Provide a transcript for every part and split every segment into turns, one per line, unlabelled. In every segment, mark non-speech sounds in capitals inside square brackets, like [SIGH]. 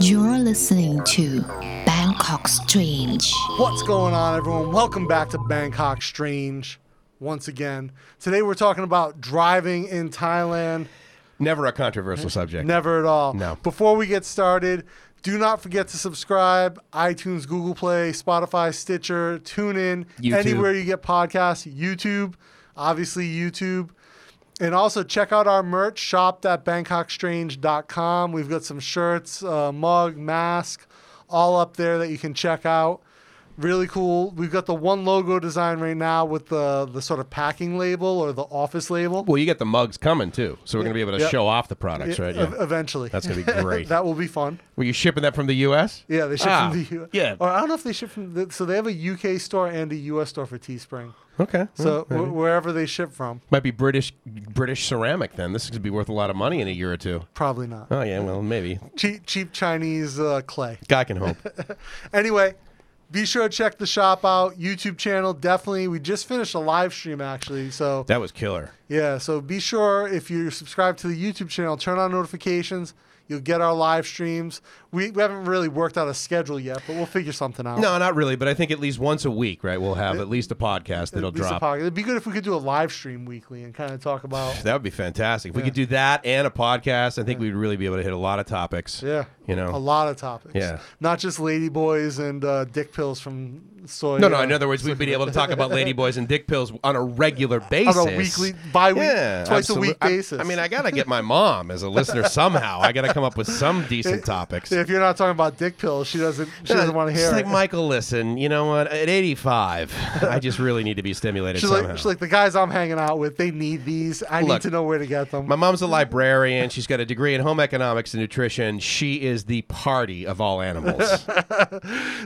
You're listening to Bangkok Strange.
What's going on, everyone? Welcome back to Bangkok Strange once again. Today we're talking about driving in Thailand.
Never a controversial subject.
Never at all.
No.
Before we get started, do not forget to subscribe. iTunes, Google Play, Spotify, Stitcher, TuneIn,
YouTube.
anywhere you get podcasts, YouTube, obviously YouTube. And also check out our merch, shop.bangkokstrange.com. We've got some shirts, uh, mug, mask, all up there that you can check out. Really cool. We've got the one logo design right now with the, the sort of packing label or the office label.
Well, you get the mugs coming too, so we're going to be able to
Yeah.
show off the products, right?
E-
Yeah.
Eventually.
That's
[LAUGHS]
going to be great.
that will be fun.
Were you shipping that from the U.S.?
Yeah, they ship
Ah,
from the U.
yeah.
or I don't know if they ship from. The, so they have a UK store and a US store for Teespring.
Oh, Okay.
So wh- wherever they ship from,
Might be British British ceramic then. This could be worth a lot of money in a year or two.
probably not.
Oh yeah, well maybe.
Cheap, cheap Chinese uh, clay.
Guy can
[LAUGHS]
hope.
Anyway, be sure to check the shop out. YouTube channel definitely. We just finished a live stream actually, so
that was killer.
Yeah, so be sure if you're subscribed to the YouTube channel, turn on notifications. You'll get our live streams. We, we haven't really worked out a schedule yet, but we'll figure something out.
No, not really, but I think at least once a week, right? We'll have at least a podcast that'll
At least a
drop.
pod- It'd be good if we could do a live stream weekly and kind of talk about.
that would be fantastic. If we could do that and a podcast, I think we'd really be able to hit a lot of topics.
Yeah,
You know.
a lot of topics.
Yeah.
not just ladyboys and uh, dick pills from soy.
No, no.
uh,
In other words, we'd be able to
[LAUGHS]
talk about ladyboys and dick pills on a regular basis,
on a weekly, bi-week,
yeah,
twice
absolute-
a week
I-
basis.
I, mean, I gotta get my mom as a listener somehow. I gotta come up with some decent
[LAUGHS]
topics.
if you're not talking about dick pills, she doesn't. She doesn't want to
She's
hear
like,
it.
Michael, listen, you know what?
[LAUGHS]
At 85, I just really need to be stimulated
she's,
somehow.
like, she's like the guys I'm hanging out with. They need these. I need
Look,
to know where to get them.
my mom's a librarian. She's got a degree in home economics and nutrition. She is the party of
[LAUGHS]
all animals.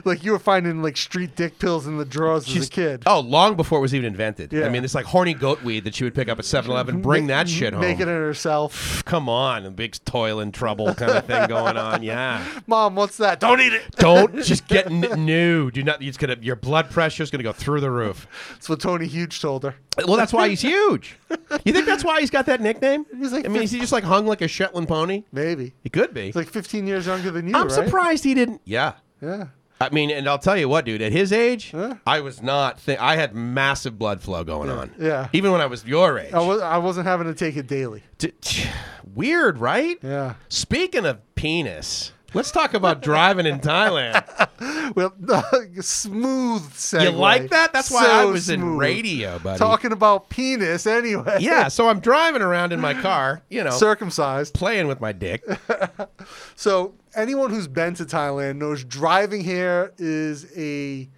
like you were finding like street dick pills in the drawers as
She's-
a kid.
Oh, long before it was even invented.
Yeah.
I mean, it's like horny goat weed that she would pick up at 7 Eleven, bring
[LAUGHS]
that shit home.
Making it herself.
Come on, a big toil and trouble kind of thing
[LAUGHS]
going on. Yeah.
Mom, what's that? Don't eat it.
Don't just get n- new. Do not. It's gonna. Your blood pressure's gonna go through the roof.
That's what Tony Huge told her.
Well, that's why he's huge. You think that's why he's got that nickname?
He's like
I mean, is he just like hung like a Shetland pony?
Maybe.
He could be.
He's like 15 years younger than you,
I'm
right?
surprised he didn't. Yeah.
Yeah.
I mean, and I'll tell you what, dude. At his age, I was not. Thi- I had massive blood flow going on.
Yeah. Oh,
Even when I was your age.
I, was, I wasn't having to take it daily.
D- t- weird, right?
Yeah.
Speaking of penis, let's
[LAUGHS]
talk about driving in Thailand.
Well, [LAUGHS] smooth segue.
You like that? That's why I
So
was in
smooth.
radio, buddy.
Talking about penis anyway.
yeah, so I'm driving around in my car, you
[LAUGHS]
know,
Circumcised.
playing with my dick.
So anyone who's been to Thailand knows driving here is a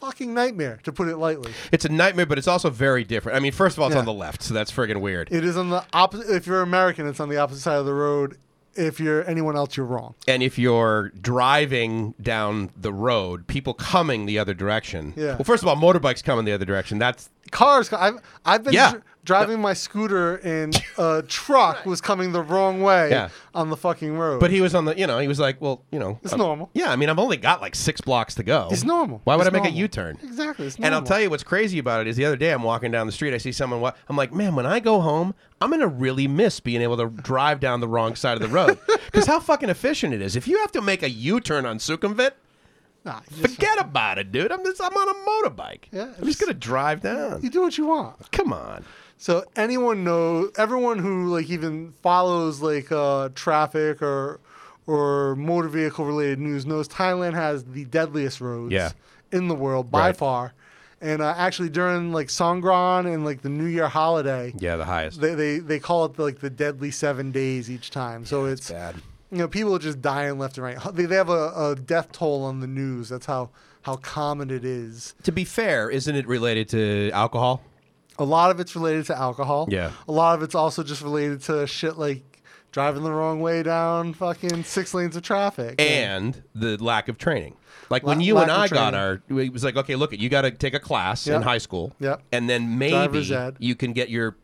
fucking nightmare, to put it lightly.
It's a nightmare, but it's also very different. I mean, first of all, it's
Yeah.
on the left, so that's friggin' weird.
It is on the opposite. If you're American, it's on the opposite side of the road. If you're anyone else, you're wrong.
and if you're driving down the road, people coming the other direction.
Yeah.
Well, first of all, motorbikes coming the other direction. That's
Cars. I've I've been
Yeah.
dr- driving my scooter and a truck was coming the wrong way
Yeah.
on the fucking road.
but he was on the you know he was like well you know
It's
I'm-
normal.
Yeah, I mean I've only got like six blocks to go.
it's normal.
Why would
It's
I make a
normal.
U-turn?
Exactly. It's
And I'll
normal.
tell you what's crazy about it is the other day I'm walking down the street, I see someone. Wa- I'm like, man, when I go home, I'm gonna really miss being able to drive down the wrong side of the
[LAUGHS]
road because how fucking efficient it is. If you have to make a U-turn on Sukhumvit,
Nah, you just-
forget about it, dude. I'm just I'm on a motorbike.
Yeah,
I'm just
it's-
gonna drive down.
you do what you want.
Come on.
So anyone knows, everyone who like even follows like uh, traffic or or motor vehicle related news knows Thailand has the deadliest roads
Yeah.
in the world by
Right.
far. And uh, actually, during like Songkran and like the New Year holiday,
Yeah, the highest.
they, they they call it like the deadly seven days each time. So it's
bad.
you know people are just dying left and right. They, they have a, a death toll on the news. That's how how common it is.
To be fair, isn't it related to alcohol?
A lot of it's related to alcohol.
Yeah.
A lot of it's also just related to shit like driving the wrong way down fucking six lanes of traffic.
And the lack of training. Like when
La-
you and I
lack of
got our, it was like, okay, look, it, you got to take a class
Yep.
in high school,
Yep.
and then
Driver's
maybe
ed.
you can get your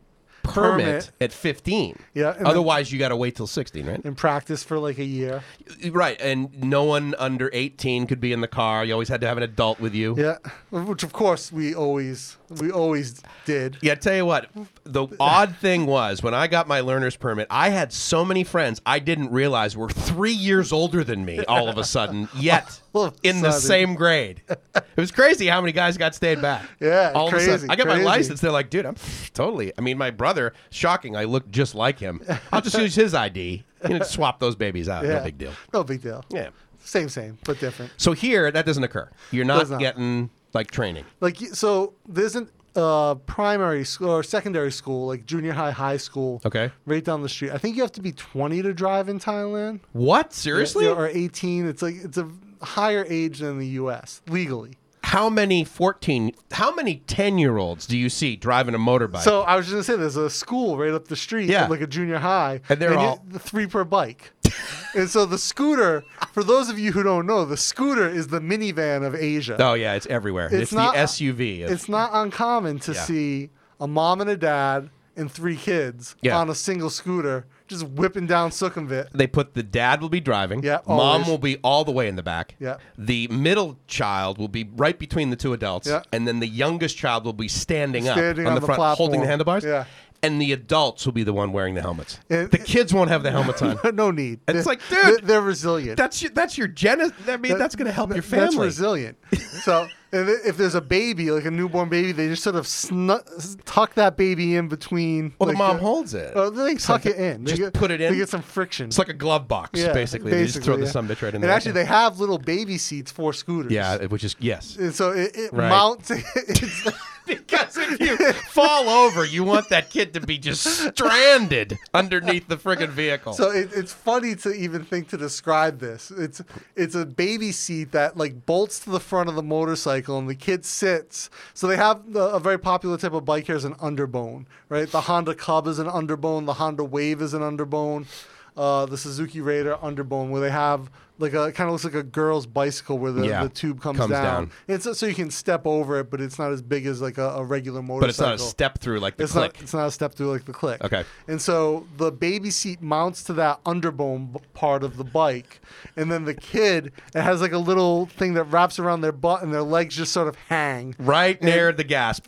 permit,
Permit.
at 15.
Yeah, and then-
Otherwise, you got to wait till 16, right?
in practice for like a year.
Right. And no one under 18 could be in the car. You always had to have an adult with you.
Yeah. Which of course we always We always did.
Yeah, I tell you what, the odd thing was when I got my learner's permit, I had so many friends I didn't realize were three years older than me all of a sudden, yet
[LAUGHS] All of a
in the
sudden.
same grade. It was crazy how many guys got stayed back.
[LAUGHS] Yeah,
all of a
crazy,
sudden. I got my
crazy.
license. They're like, dude, I'm totally. I mean, my brother, shocking, I look just like him. I'll just use his ID and swap those babies out.
Yeah.
No big deal.
No big deal.
Yeah.
Same, same, but different.
So here, that doesn't occur. You're
Does
not,
not.
getting like training.
Like, y- so there's an uh, primary school or secondary school, like junior high, high school.
Okay.
Right down the street. I think you have to be 20 to drive in Thailand.
What? Seriously?
Yeah, Or 18. It's like, it's a higher age than the U.S. legally.
how many 14 how many 10 year olds do you see driving a motorbike
So I was just gonna say, there's a school right up the street,
Yeah.
like a junior high,
And they're
you-
all-
the three per bike. [LAUGHS] and so the scooter, for those of you who don't know, the scooter is the minivan of Asia.
oh yeah it's everywhere it's, the suv of-
It's not uncommon to
Yeah.
see a mom and a dad and three kids
Yeah.
on a single scooter just whipping down Sukhumvit. [LAUGHS]
they put the dad will be driving
Yeah,
mom
always.
will be all the way in the back
Yeah.
the middle child will be right between the two adults
Yeah.
and then the youngest child will be standing,
Standing
up on,
on
the,
the
front holding the
platform.
handlebars
Yeah.
and the adults will be the one wearing the helmets
It-
the kids won't have the
[LAUGHS]
helmets on
no need.
It's
They're-
like, dude,
they're, they're resilient.
that's your that's your genesis i mean that's going to help your
Th- That's
family [LAUGHS]
resilient. so and i- if there's a baby, like a newborn baby, they just sort of snu- s- tuck that baby in between.
well
like,
the mom
uh,
holds it
Oh, they tuck it in. They
just
get-
put it in?
They get some friction.
it's like a glove box
Yeah,
basically. they just throw
basically,
the
yeah.
sumbitch right in
And
there
actually, they have little baby seats for scooters.
Yeah, it- which is yes.
And so it, it
Right.
mounts. [LAUGHS] It's,
[LAUGHS] Because if you fall over, you want that kid to be just stranded underneath the friggin' vehicle.
so it, it's funny to even think to describe this. It's it's a baby seat that like bolts to the front of the motorcycle, and the kid sits. So they have the, a very popular type of bike here is an underbone, right? The Honda Cub is an underbone. The Honda Wave is an underbone. Uh, the Suzuki Raider underbone, where they have like a kind of looks like a girl's bicycle, where the,
Yeah,
the tube comes,
comes down.
It's so you can step over it, but it's not as big as like a, a regular motorcycle.
but it's not a step through like the
it's
click.
Not, it's not a step through like the click.
Okay.
And so the baby seat mounts to that underbone b- part of the bike, and then the kid it has like a little thing that wraps around their butt, and their legs just sort of hang.
right near the gas.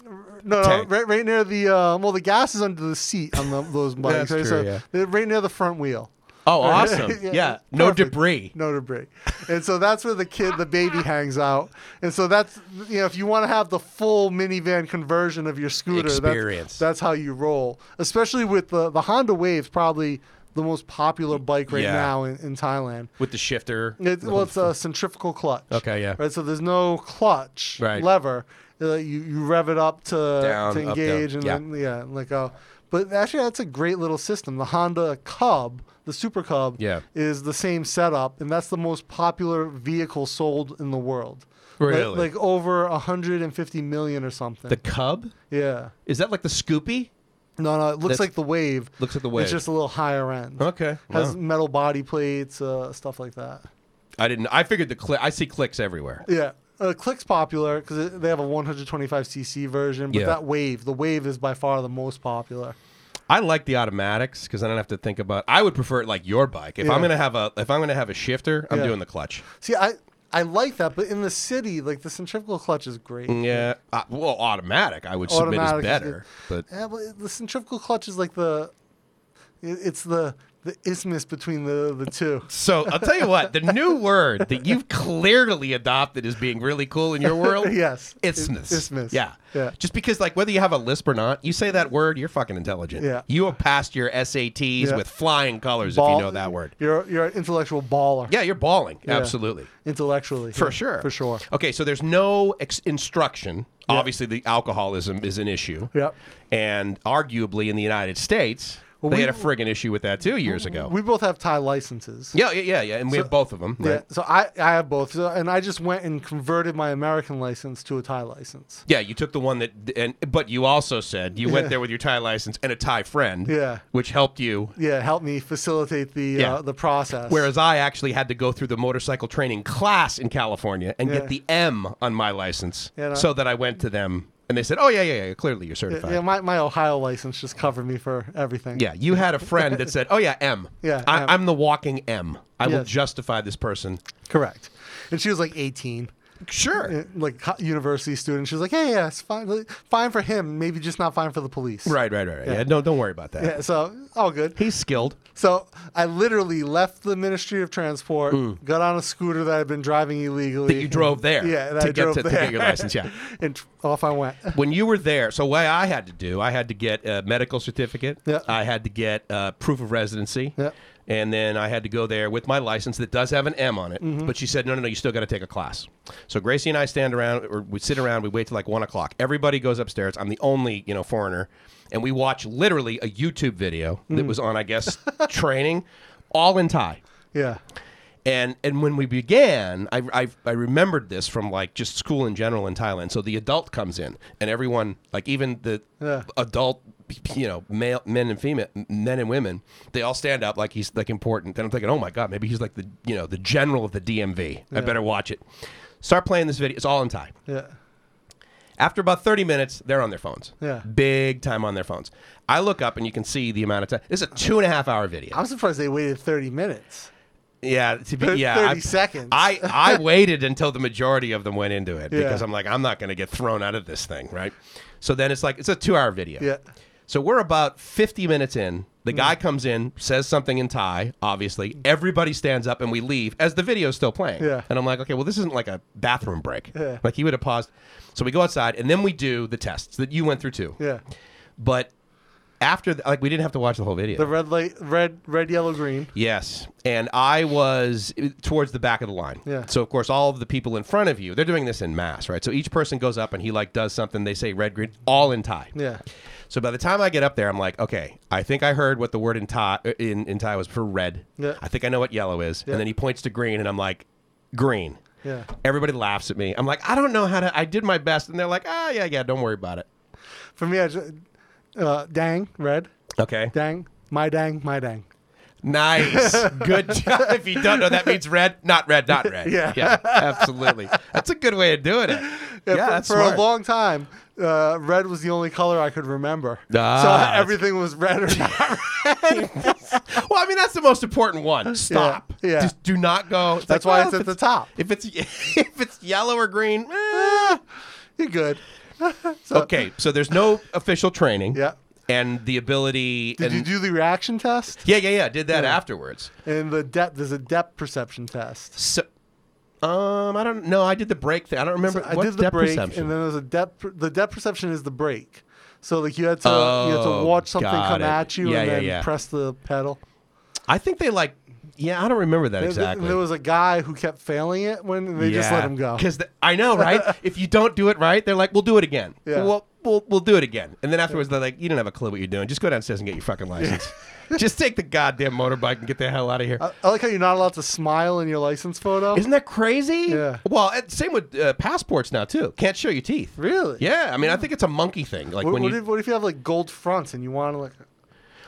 No, no,
Tank.
right, right near the uh, well, the gas is under the seat on the, those bikes.
That's
right?
true,
so
yeah.
they're right near the front wheel.
Oh, awesome.
[LAUGHS] Yeah,
yeah. No
perfect.
debris.
No debris. And so that's where the kid, the
[LAUGHS]
baby hangs out. And so that's, you know, if you want to have the full minivan conversion of your scooter, that's-
Experience.
That's, how you roll. Especially with the, the Honda Wave's probably the most popular bike right
Yeah.
now in, in Thailand.
With the shifter.
It, well, it's a centrifugal clutch.
Okay, yeah.
Right, so there's no clutch
Right.
lever. Uh, you, you rev it up to,
Down,
to
up, down.
engage and
Yeah.
then yeah, like uh but actually that's a great little system. The Honda Cub, the Super Cub,
Yeah.
is the same setup and that's the most popular vehicle sold in the world. Like-
Really?
Like, over 150 million or something.
The Cub?
yeah.
Is that like the Scoopy?
No, no, it looks
That's-
like the Wave.
looks like the Wave.
It's just a little higher end.
Okay.
Has
Wow.
metal body plates, uh, stuff like that.
I didn't. I figured the click. I see clicks everywhere.
Yeah. Uh, Click's popular because they have a 125cc version, but
Yeah.
that Wave, the Wave is by far the most popular.
I like the automatics because I don't have to think about. I would prefer it like your bike. If
Yeah.
I'm gonna have a if I'm gonna have a shifter, I'm
Yeah.
doing the clutch.
See, I I like that, but in the city, like the centrifugal clutch is great.
Yeah. Uh, well, automatic. I would submit
Automatic
is
is
better, but
Yeah, but the centrifugal clutch is like the, it- it's the the isthmus between the the two.
so I'll tell you what. The new word that you've clearly adopted as being really cool in your world.
[LAUGHS] Yes.
Isthmus.
Isthmus.
Yeah.
Yeah.
Just because, like, whether you have a lisp or not, you say that word, you're fucking intelligent.
Yeah.
You have passed your SATs
Yeah.
with flying colors if
Ball-
you know that word.
You're you're an intellectual baller.
Yeah, you're balling. Absolutely.
Intellectually.
For
yeah,
sure.
For sure.
Okay, so there's no ex- instruction. Obviously, the alcoholism is an issue.
Yep.
And arguably in the United States,
Well,
they
we- Oh.
had a friggin' issue with that two years ago.
We both have Thai licenses.
yeah, yeah, yeah, yeah. And we have both of them.
Yeah,
Right?
so I, I have both, so, and I just went and converted my American license to a Thai license.
Yeah, you took the one that, and but you also said you went there with your Thai license and a Thai friend.
Yeah.
Which helped you.
Yeah, it helped me facilitate the
Yeah.
uh, the process.
Whereas I actually had to go through the motorcycle training class in California and
Yeah.
get the M on my license
Yeah, no.
so that I went to them and they said, oh, yeah, yeah, yeah, clearly you're certified.
yeah, my, my Ohio license just covered me for everything.
Yeah, you had a friend that said, "Oh yeah, M.
[LAUGHS] Yeah,
I,
M.
I'm the walking M. I will
Yes.
justify this person."
correct. And she was like 18.
Sure.
uh, like co- university student. She was like, "Hey, yeah, it's fine, like, fine for him. Maybe just not fine for the police."
Right, right, right, right. Yeah. no, don't worry about that.
Yeah, so all good.
He's skilled.
So I literally left the Ministry of Transport, got on a scooter that I'd been driving illegally.
Mm. That you drove there
Yeah, that
to
I
get
drove
to- to
there.
get your license, yeah.
[LAUGHS] and tr- off I went. [LAUGHS]
[LAUGHS] When you were there, so what I had to do, I had to get a medical certificate.
Yeah.
I had to get uh, proof of residency.
Yeah.
And then I had to go there with my license that does have an M on it.
Mm-hmm.
But she said, no, no, no, you still got to take a class. So Gracie and I stand around, or we sit around, we wait till like one o'clock. Everybody goes upstairs. I'm the only, you know, foreigner. And we watch literally a YouTube video
Mm.
that was on, I guess, [LAUGHS] training, all in Thai.
Yeah,
And and when we began, I, I I remembered this from like just school in general in Thailand. So the adult comes in, and everyone, like even the
Yeah.
adult, you know, male men and female, men and women, they all stand up like he's like important. And I'm thinking, oh my god, maybe he's like the you know the general of the DMV. I better watch it. Start playing this video. It's all in Thai.
yeah,
After about 30 minutes, they're on their phones.
Yeah.
Big time on their phones. I look up and you can see the amount of time. This is a two and a half hour video.
I'm surprised they waited 30 minutes.
Yeah, to be,
Thir-
yeah.
30
I,
seconds.
I,
[LAUGHS]
I waited until the majority of them went into it
Yeah.
because I'm like, I'm not going to get thrown out of this thing, right? So then it's like, it's a two hour video.
Yeah. Mm-hmm.
So we're about 50 minutes in. The guy comes in, says something in Thai, obviously. Everybody stands up and we leave as the video's still playing.
Yeah.
And I'm like, okay, well, this isn't like a bathroom break.
Yeah.
Like he would have paused. So we go outside and then we do the tests that you went through too.
Yeah,
But after, the, like, we didn't have to watch the whole video.
the red light, red, red, yellow, green.
Yes, and I was eh, towards the back of the line.
Yeah.
So of course, all of the people in front of you, they're doing this in mass, right? So each person goes up and he like does something. They say red, green, all in Thai.
Yeah,
So by the time I get up there, I'm like, okay, I think I heard what the word in Thai eh, in, in Thai was for red.
Yeah.
I think I know what yellow is,
Yeah.
and then he points to green, and I'm like, green.
yeah.
Everybody laughs at me. I'm like, I don't know how to. I did my best, and they're like, ah, yeah, yeah, don't worry about it.
For me, I just, uh, dang, red,
Okay.
dang, my dang, my dang. [LAUGHS]
Nice. Good job. If you don't know, that means red, not red, not red.
Yeah.
absolutely. That's a good way of
[LAUGHS]
doing it. Yeah,
for,
that's
for
smart.
a long time, uh, red was the only color I could remember.
Ah,
so
that's-
everything was red or
[LAUGHS]
not.
well, I mean, that's the most important one. Stop.
yeah.
Just do not go. It's
That's
like,
why
well,
it's
if
at the top.
If it's [LAUGHS] if it's yellow or green,
Ah.
eh.
You're good. [LAUGHS]
okay. So there's no official training.
Yeah.
And the ability.
Did
and,
you do the reaction test?
yeah, yeah, yeah. Did that afterwards.
And the depth there's a depth perception test.
So, um, I don't know. I did the break thing. I don't remember.
I
what's
did the
depth
break,
perception?
and then there's a depth. per- The depth perception is the break. So like you had to you had
Oh,
to watch something
got
come
it.
at you
Yeah,
and
yeah,
then
yeah.
press the pedal.
I think they like. Yeah, I don't remember that
And th-
exactly.
There was a guy who kept failing it when they just let him go.
Because I
[LAUGHS]
know, right? if you don't do it right, they're like, "We'll do it again."
Yeah.
Well, we'll we'll do it again. And then afterwards, they're like, "You don't have a clue what you're doing. Just go downstairs and get your fucking license. [LAUGHS] Just take the goddamn motorbike and get the hell out of here."
I, I like how you're not allowed to smile in your license photo.
[LAUGHS] Isn't that crazy?
Yeah.
Well, it, same with uh, passports now too. Can't show your teeth.
really?
Yeah. I mean, I think it's a monkey thing. Like
What,
when
what
you.
if, what if you have like gold fronts and you want to like?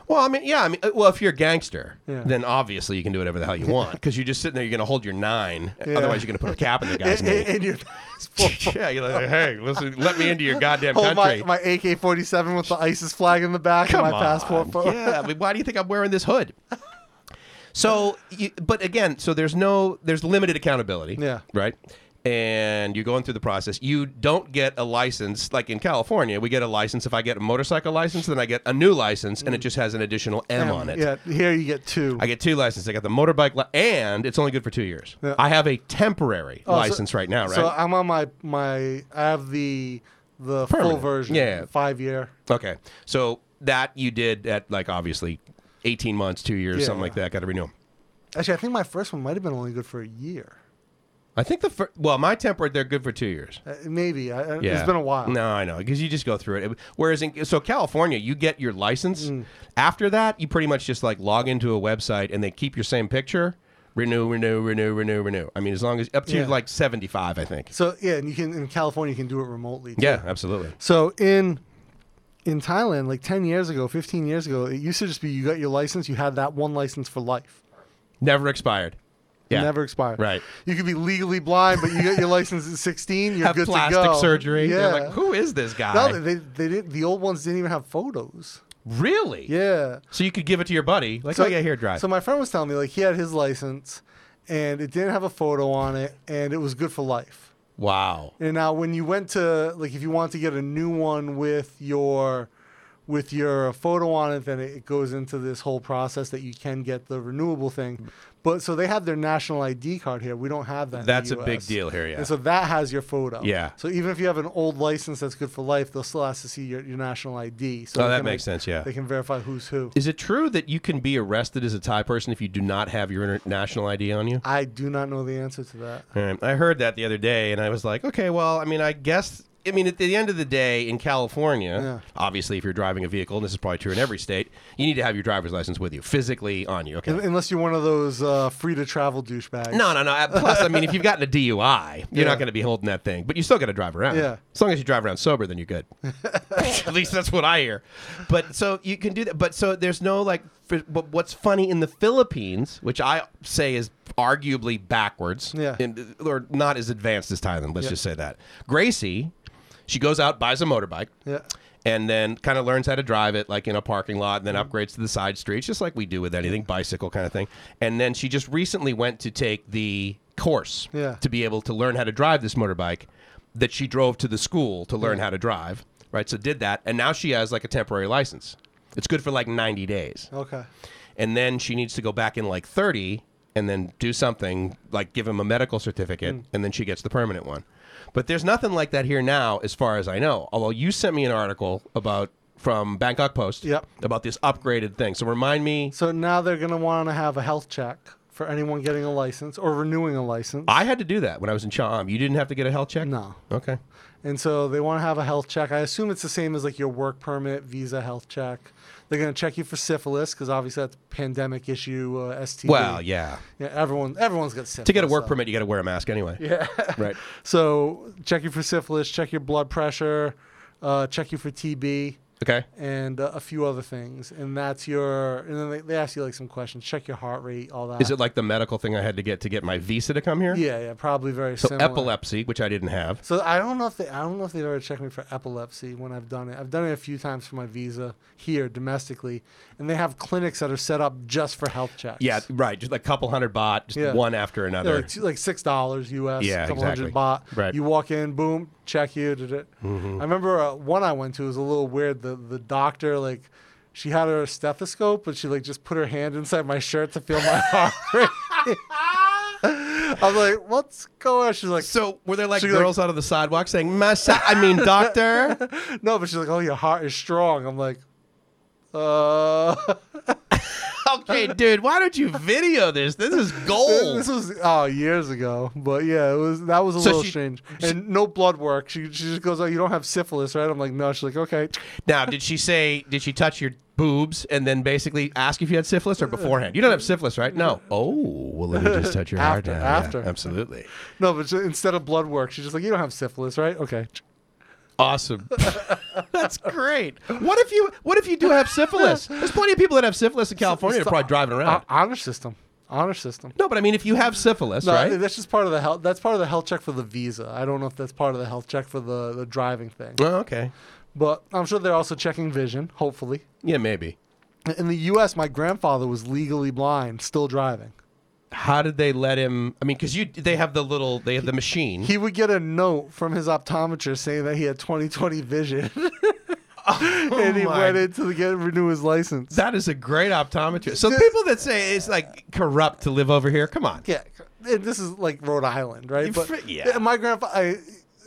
well, I mean, yeah. I mean, uh, well, if you're a gangster,
Yeah.
then obviously you can do whatever the hell you want because you're just sitting there. You're gonna hold your nine. Otherwise, you're gonna put a cap in
[LAUGHS]
the guy's
in,
knee.
in your passport.
[LAUGHS] yeah, you're like, hey, listen, let me into your goddamn
Hold
country.
oh, my, my AK 47 with the ISIS flag in the back and my passport photo.
Yeah, I mean, why do you think I'm wearing
[LAUGHS]
this hood? So, you, but again, so there's no, there's limited accountability.
Yeah.
Right. And you're going through the process. You don't get a license like in California. We get a license. If I get a motorcycle license, then I get a new license, and it just has an additional M on it.
Mm. Yeah, here you get two.
I get two licenses. I got the motorbike, li- and it's only good for two years.
Yeah.
I have a temporary
Oh, so-
license right now, right?
So I'm on my my. I have the the full
Permanent.
version.
Yeah.
five year.
Okay. So that you did at like obviously 18 months, two years,
Yeah.
something like that. Got to renew.
Actually, I think my first one might have been only good for a year.
I think the fir- well, my temperate they're good for two years.
Uh, maybe. I, I-
Yeah,
It's been a while.
No, I know because you just go through it. Whereas in so California, you get your license.
Mm.
After that, you pretty much just like log into a website and they keep your same picture. Renew, renew, renew, renew, renew. I mean, as long as up to
Yeah.
like seventy five, I think.
So yeah, and you can in California you can do it remotely. too.
Yeah, absolutely.
So in in Thailand, like ten years ago, fifteen years ago, it used to just be you got your license, you had that one license for life.
Never expired. Yeah,
Never expired.
Right.
You could be legally blind, but you get your license at 16. You're
Have
good
plastic
to go.
surgery.
Yeah.
They're like, who is this guy?
No, they, they didn't. The old ones didn't even have photos.
really?
Yeah.
So you could give it to your buddy. Like, oh yeah, here, drive.
So my friend was telling me like he had his license, and it didn't have a photo on it, and it was good for life.
Wow.
And now, when you went to like, if you want to get a new one with your with your photo on it, then it goes into this whole process that you can get the renewable thing. But so they have their national ID card here. We don't have that. in the
That's a big
US.
deal here, yeah.
And so that has your photo.
Yeah.
So even if you have an old license that's good for life, they'll still ask to see your, your national ID. So
Oh,
they
that
can,
makes sense, yeah.
They can verify who's who.
Is it true that you can be arrested as a Thai person if you do not have your international ID on you?
I do not know the answer to that.
All right. Um, I heard that the other day, and I was like, okay, well, I mean, I guess. I mean, at the end of the day, in California, obviously, if you're driving a vehicle, and this is probably true in every state, you need to have your driver's license with you, physically on you. Okay.
Un- Unless you're one of those uh, free to travel douchebags.
No, no, no. Uh, Plus, I mean, if you've gotten a DUI, you're
Yeah.
not going to be holding that thing, but you still got to drive around.
Yeah.
As long as you drive around sober, then
[LAUGHS]
you're good. At least that's what I hear. But so you can do that. But so there's no like. For, but what's funny in the Philippines, which I say is arguably backwards,
Yeah.
and, uh, or not as advanced as Thailand. Let's just say that Gracie, she goes out buys a motorbike.
Yeah.
And then kind of learns how to drive it like in a parking lot and then upgrades to the side streets, just like we do with anything, bicycle kind of thing. And then she just recently went to take the course
Yeah.
to be able to learn how to drive this motorbike that she drove to the school to learn how to drive. Right. So did that. And now she has like a temporary license. It's good for like 90 days.
Okay.
And then she needs to go back in like 30 and then do something like give him a medical certificate
Mm.
and then she gets the permanent one. But there's nothing like that here now, as far as I know. Although you sent me an article about from Bangkok Post
Yep.
about this upgraded thing. So remind me.
So now they're going to want to have a health check for anyone getting a license or renewing a license.
I had to do that when I was in Cha Am. You didn't have to get a health check?
No.
Okay.
And so they want to have a health check. I assume it's the same as like your work permit, visa health check. They're going to check you for syphilis because obviously that's a pandemic issue, uh, STD.
Well, yeah.
Yeah, everyone, everyone's got syphilis.
To get a work
so-
permit, you got to wear a mask anyway.
[LAUGHS]
Yeah. Right.
So check you for syphilis, check your blood pressure, uh, check you for TB.
Okay.
And uh, a few other things, and that's your. And then they, they ask you like some questions. Check your heart rate, all that.
Is it like the medical thing I had to get to get my visa to come here?
Yeah, yeah, probably very
So
similar.
epilepsy, which I didn't have.
So I don't know if they I don't know if they've ever checked me for epilepsy when I've done it. I've done it a few times for my visa here domestically, and they have clinics that are set up just for health checks.
Yeah, right. Just like a couple hundred baht, just
Yeah.
one after
They're
another.
like, two, like six dollars US,
Yeah,
couple
exactly.
hundred baht.
Right. Mm-hmm.
You walk in, boom, check you. Did it? I remember uh, one I went to was a little weird. The the doctor like. She had her stethoscope, but she like just put her hand inside my shirt to feel
[LAUGHS]
my heart. rate. [LAUGHS] I was like, "What's going?" on? She's like,
So were there like
So you're
girls out of the sidewalk saying "Massa"? I [LAUGHS] mean, doctor.
No, but she's like, oh, your heart is strong. I'm like, uh, [LAUGHS]
Oh. [LAUGHS] okay, dude, why don't you video this? This is gold.
this was oh years ago, but yeah, it was that was a
So
little
she-
strange. And no blood work. She she just goes, oh, you don't have syphilis, right? I'm like, no. She's like, okay.
[LAUGHS] now, did she say? Did she touch your boobs and then basically ask if you had syphilis or beforehand? You don't have syphilis, right? No. [LAUGHS] Oh, well, let me just touch your
After,
heart now.
after.
Yeah, absolutely.
No, but she- instead of blood work, she's just like, you don't have syphilis, right? Okay.
Awesome. [LAUGHS] That's great. What if you? What if you do have [LAUGHS] syphilis? There's plenty of people that have syphilis in California. that are [LAUGHS] probably driving around.
Hon- honor system, honor system.
no, but I mean, if you have syphilis,
No,
right?
that's just part of the health. That's part of the health check for the visa. I don't know if that's part of the health check for the the driving thing,
oh, okay.
but I'm sure they're also checking vision. Hopefully,
Yeah, maybe.
in the U.S., my grandfather was legally blind, still driving.
How did they let him? I mean, because you they have the little they have the machine.
he would get a note from his optometrist saying that he had 20/20 vision. [LAUGHS] and he
my-
went in to get renew his license.
that is a great optometrist. So people that say it's like corrupt to live over here, come on.
yeah, and this is like Rhode Island, right?
You
But
fr- yeah.
my grandfather,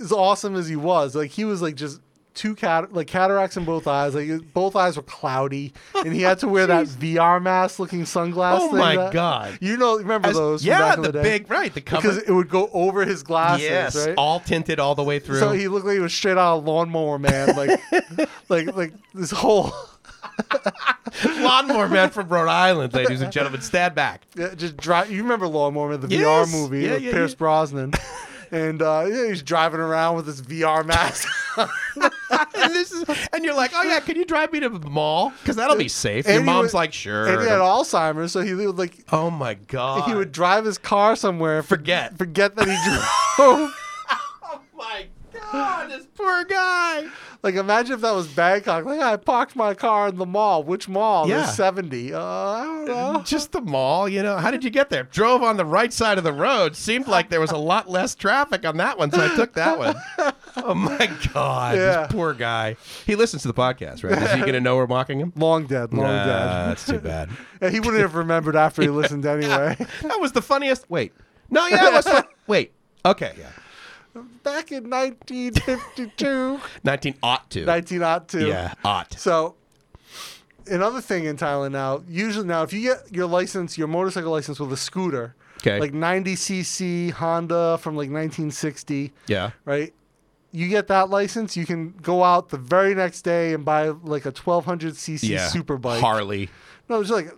as awesome as he was, like he was like just two cat like cataracts in both eyes. Like his- both eyes were cloudy, and he had to wear [LAUGHS] that VR mask looking sunglasses.
Oh my God.
You know, remember
As-
those? from
yeah,
back in
the,
day?
big right, the cover.
because it would go over his glasses.
yes,
right?
all tinted all the way through.
So he looked like he was straight out of Lawnmower Man,
[LAUGHS]
like, like, like this whole
Lawnmower man from
[LAUGHS]
Rhode Island, ladies and gentlemen, stand back.
yeah, just drive. You remember Lawnmower Man, the
Yes.
VR movie
Yeah,
with
yeah,
Pierce
yeah.
Brosnan, and uh, yeah, he's driving around with this VR mask. [LAUGHS]
And this is, and you're like, oh yeah, can you drive me to the mall? Because that'll be safe. Your
And he
mom's
wa-
like, sure.
and he had Alzheimer's, so he would like
oh my god.
he would drive his car somewhere, and
Forget. [LAUGHS]
forget that he drove.
Oh my god, this poor guy.
Like, imagine if that was Bangkok. Like, I parked my car in the mall. Which mall?
Yeah.
There's 70. Uh, I don't know.
[LAUGHS] Just the mall, you know. How did you get there? Drove on the right side of the road. Seemed like there was a lot less traffic on that one, so I took that one. [LAUGHS] Oh my god,
Yeah.
this poor guy. He listens to the podcast, right? Is he going to know we're mocking [LAUGHS] him?
Long dead, long
Nah,
dead.
That's too bad.
And he wouldn't have remembered after he listened anyway.
[LAUGHS]
[LAUGHS]
That was the funniest. Wait, no, yeah, it was fun- [LAUGHS] wait. Okay, yeah.
Back in 1952,
Nineteen ought to.
1902.
Yeah, ought.
So, another thing in Thailand now, usually now, if you get your license, your motorcycle license with a scooter,
'Kay.
like 90cc Honda from like 1960,
Yeah.
right? You get that license, you can go out the very next day and buy like a 1200cc
Yeah.
super bike.
Harley.
No, it's like a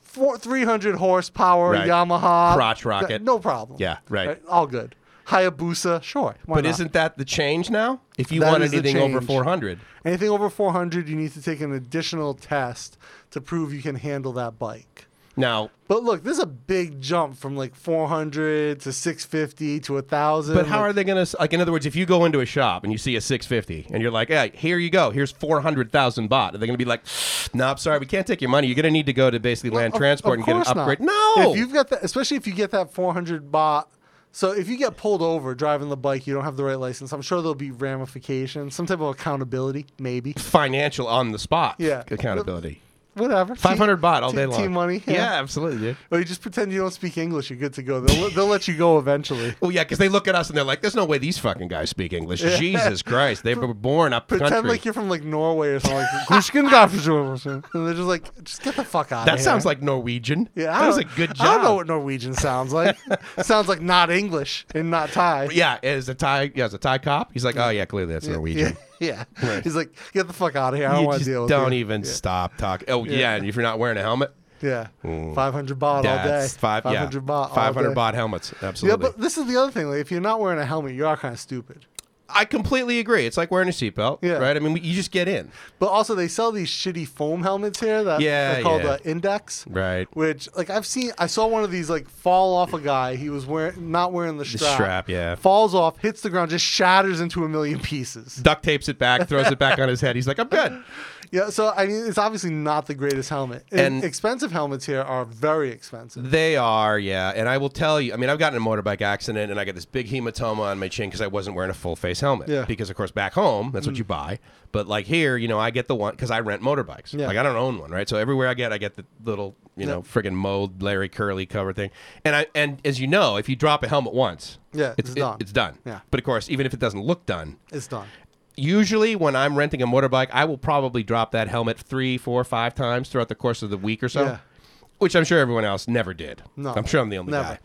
four, 300 horsepower
Right.
Yamaha.
Crotch
Th-
rocket.
No problem.
Yeah, right.
All good. Hayabusa, sure. Why
But
not?
isn't that the change now? If you
That
want
is the
anything over
change.
four hundred,
Anything over 400, you need to take an additional test to prove you can handle that bike.
now
But look, this is a big jump from like 400 to 650 to 1,000.
But how are they going to like? In other words, if you go into a shop and you see a 650 and you're like, "Hey, here you go. Here's 400,000 baht." Are they going to be like, "No, I'm sorry, we can't take your money. You're going to need to go to basically land transport and get an upgrade." No.
If you've got that, especially if you get that 400 baht. So if you get pulled over driving the bike, you don't have the right license. I'm sure there'll be ramifications, some type of accountability, maybe.
Financial on the spot.
Yeah.
Accountability.
Whatever.
500
T-
baht all
T-
day long.
T money.
Yeah, absolutely. Dude.
Or you just pretend you don't speak English. You're good to go. They'll, they'll let you go eventually.
Oh yeah, because they look at us and they're like, "There's no way these fucking guys speak English." Jesus Christ, they were born up
Pretend
country.
like you're from like Norway or something. Like, and they're just like, just get the fuck out.
that sounds like Norwegian.
Yeah, I
that was a
don't-
good job.
I don't know what Norwegian sounds like. sounds like not English and not Thai.
yeah, is a Thai? Yeah, is a Thai cop? He's like, "Oh yeah, clearly that's Norwegian."
Yeah, [LAUGHS] yeah. He's like, get the fuck out of here. I don't
you
want to
just
deal with
don't
you.
even stop talking. Oh yeah. and if you're not wearing a helmet,
Yeah, five hundred baht all day.
that's five, yeah,
baht. all
500
day.
baht helmets.
Yeah,
Absolutely,
but this is the other thing. Like, if you're not wearing a helmet, you are kind of stupid.
I completely agree. It's like wearing a seatbelt,
Yeah.
right? I mean, you just get in.
But also, they sell these shitty foam helmets here that
Yeah,
are called
yeah.
uh, Index.
Right.
Which, like, I've seen, I saw one of these like fall off a guy. He was wearing not wearing the strap.
strap, yeah.
Falls off, hits the ground, just shatters into a million pieces.
Duct tapes it back, throws it back on his head. He's like, I'm good.
Yeah, so I mean, it's obviously not the greatest helmet. And,
And-
expensive helmets here are very expensive.
They are, yeah. And I will tell you, I mean, I've gotten in a motorbike accident and I got this big hematoma on my chin because I wasn't wearing a full face helmet.
Yeah. Mm.
Because, of course, back home, that's what you buy. But, like, here, you know, I get the one because I rent motorbikes.
Yeah.
Like, I don't own one, right? So, everywhere I get, I get the little, you know, friggin' mowed Larry Curly cover thing. And I and as you know, if you drop a helmet once,
Yeah,
it's,
it's
it-
done.
it's done.
Yeah.
But, of course, even if it doesn't look done,
It's done.
usually when I'm renting a motorbike, I will probably drop that helmet three, four, five times throughout the course of the week or so,
Yeah.
which I'm sure everyone else never did.
No,
I'm sure I'm the only
never.
guy.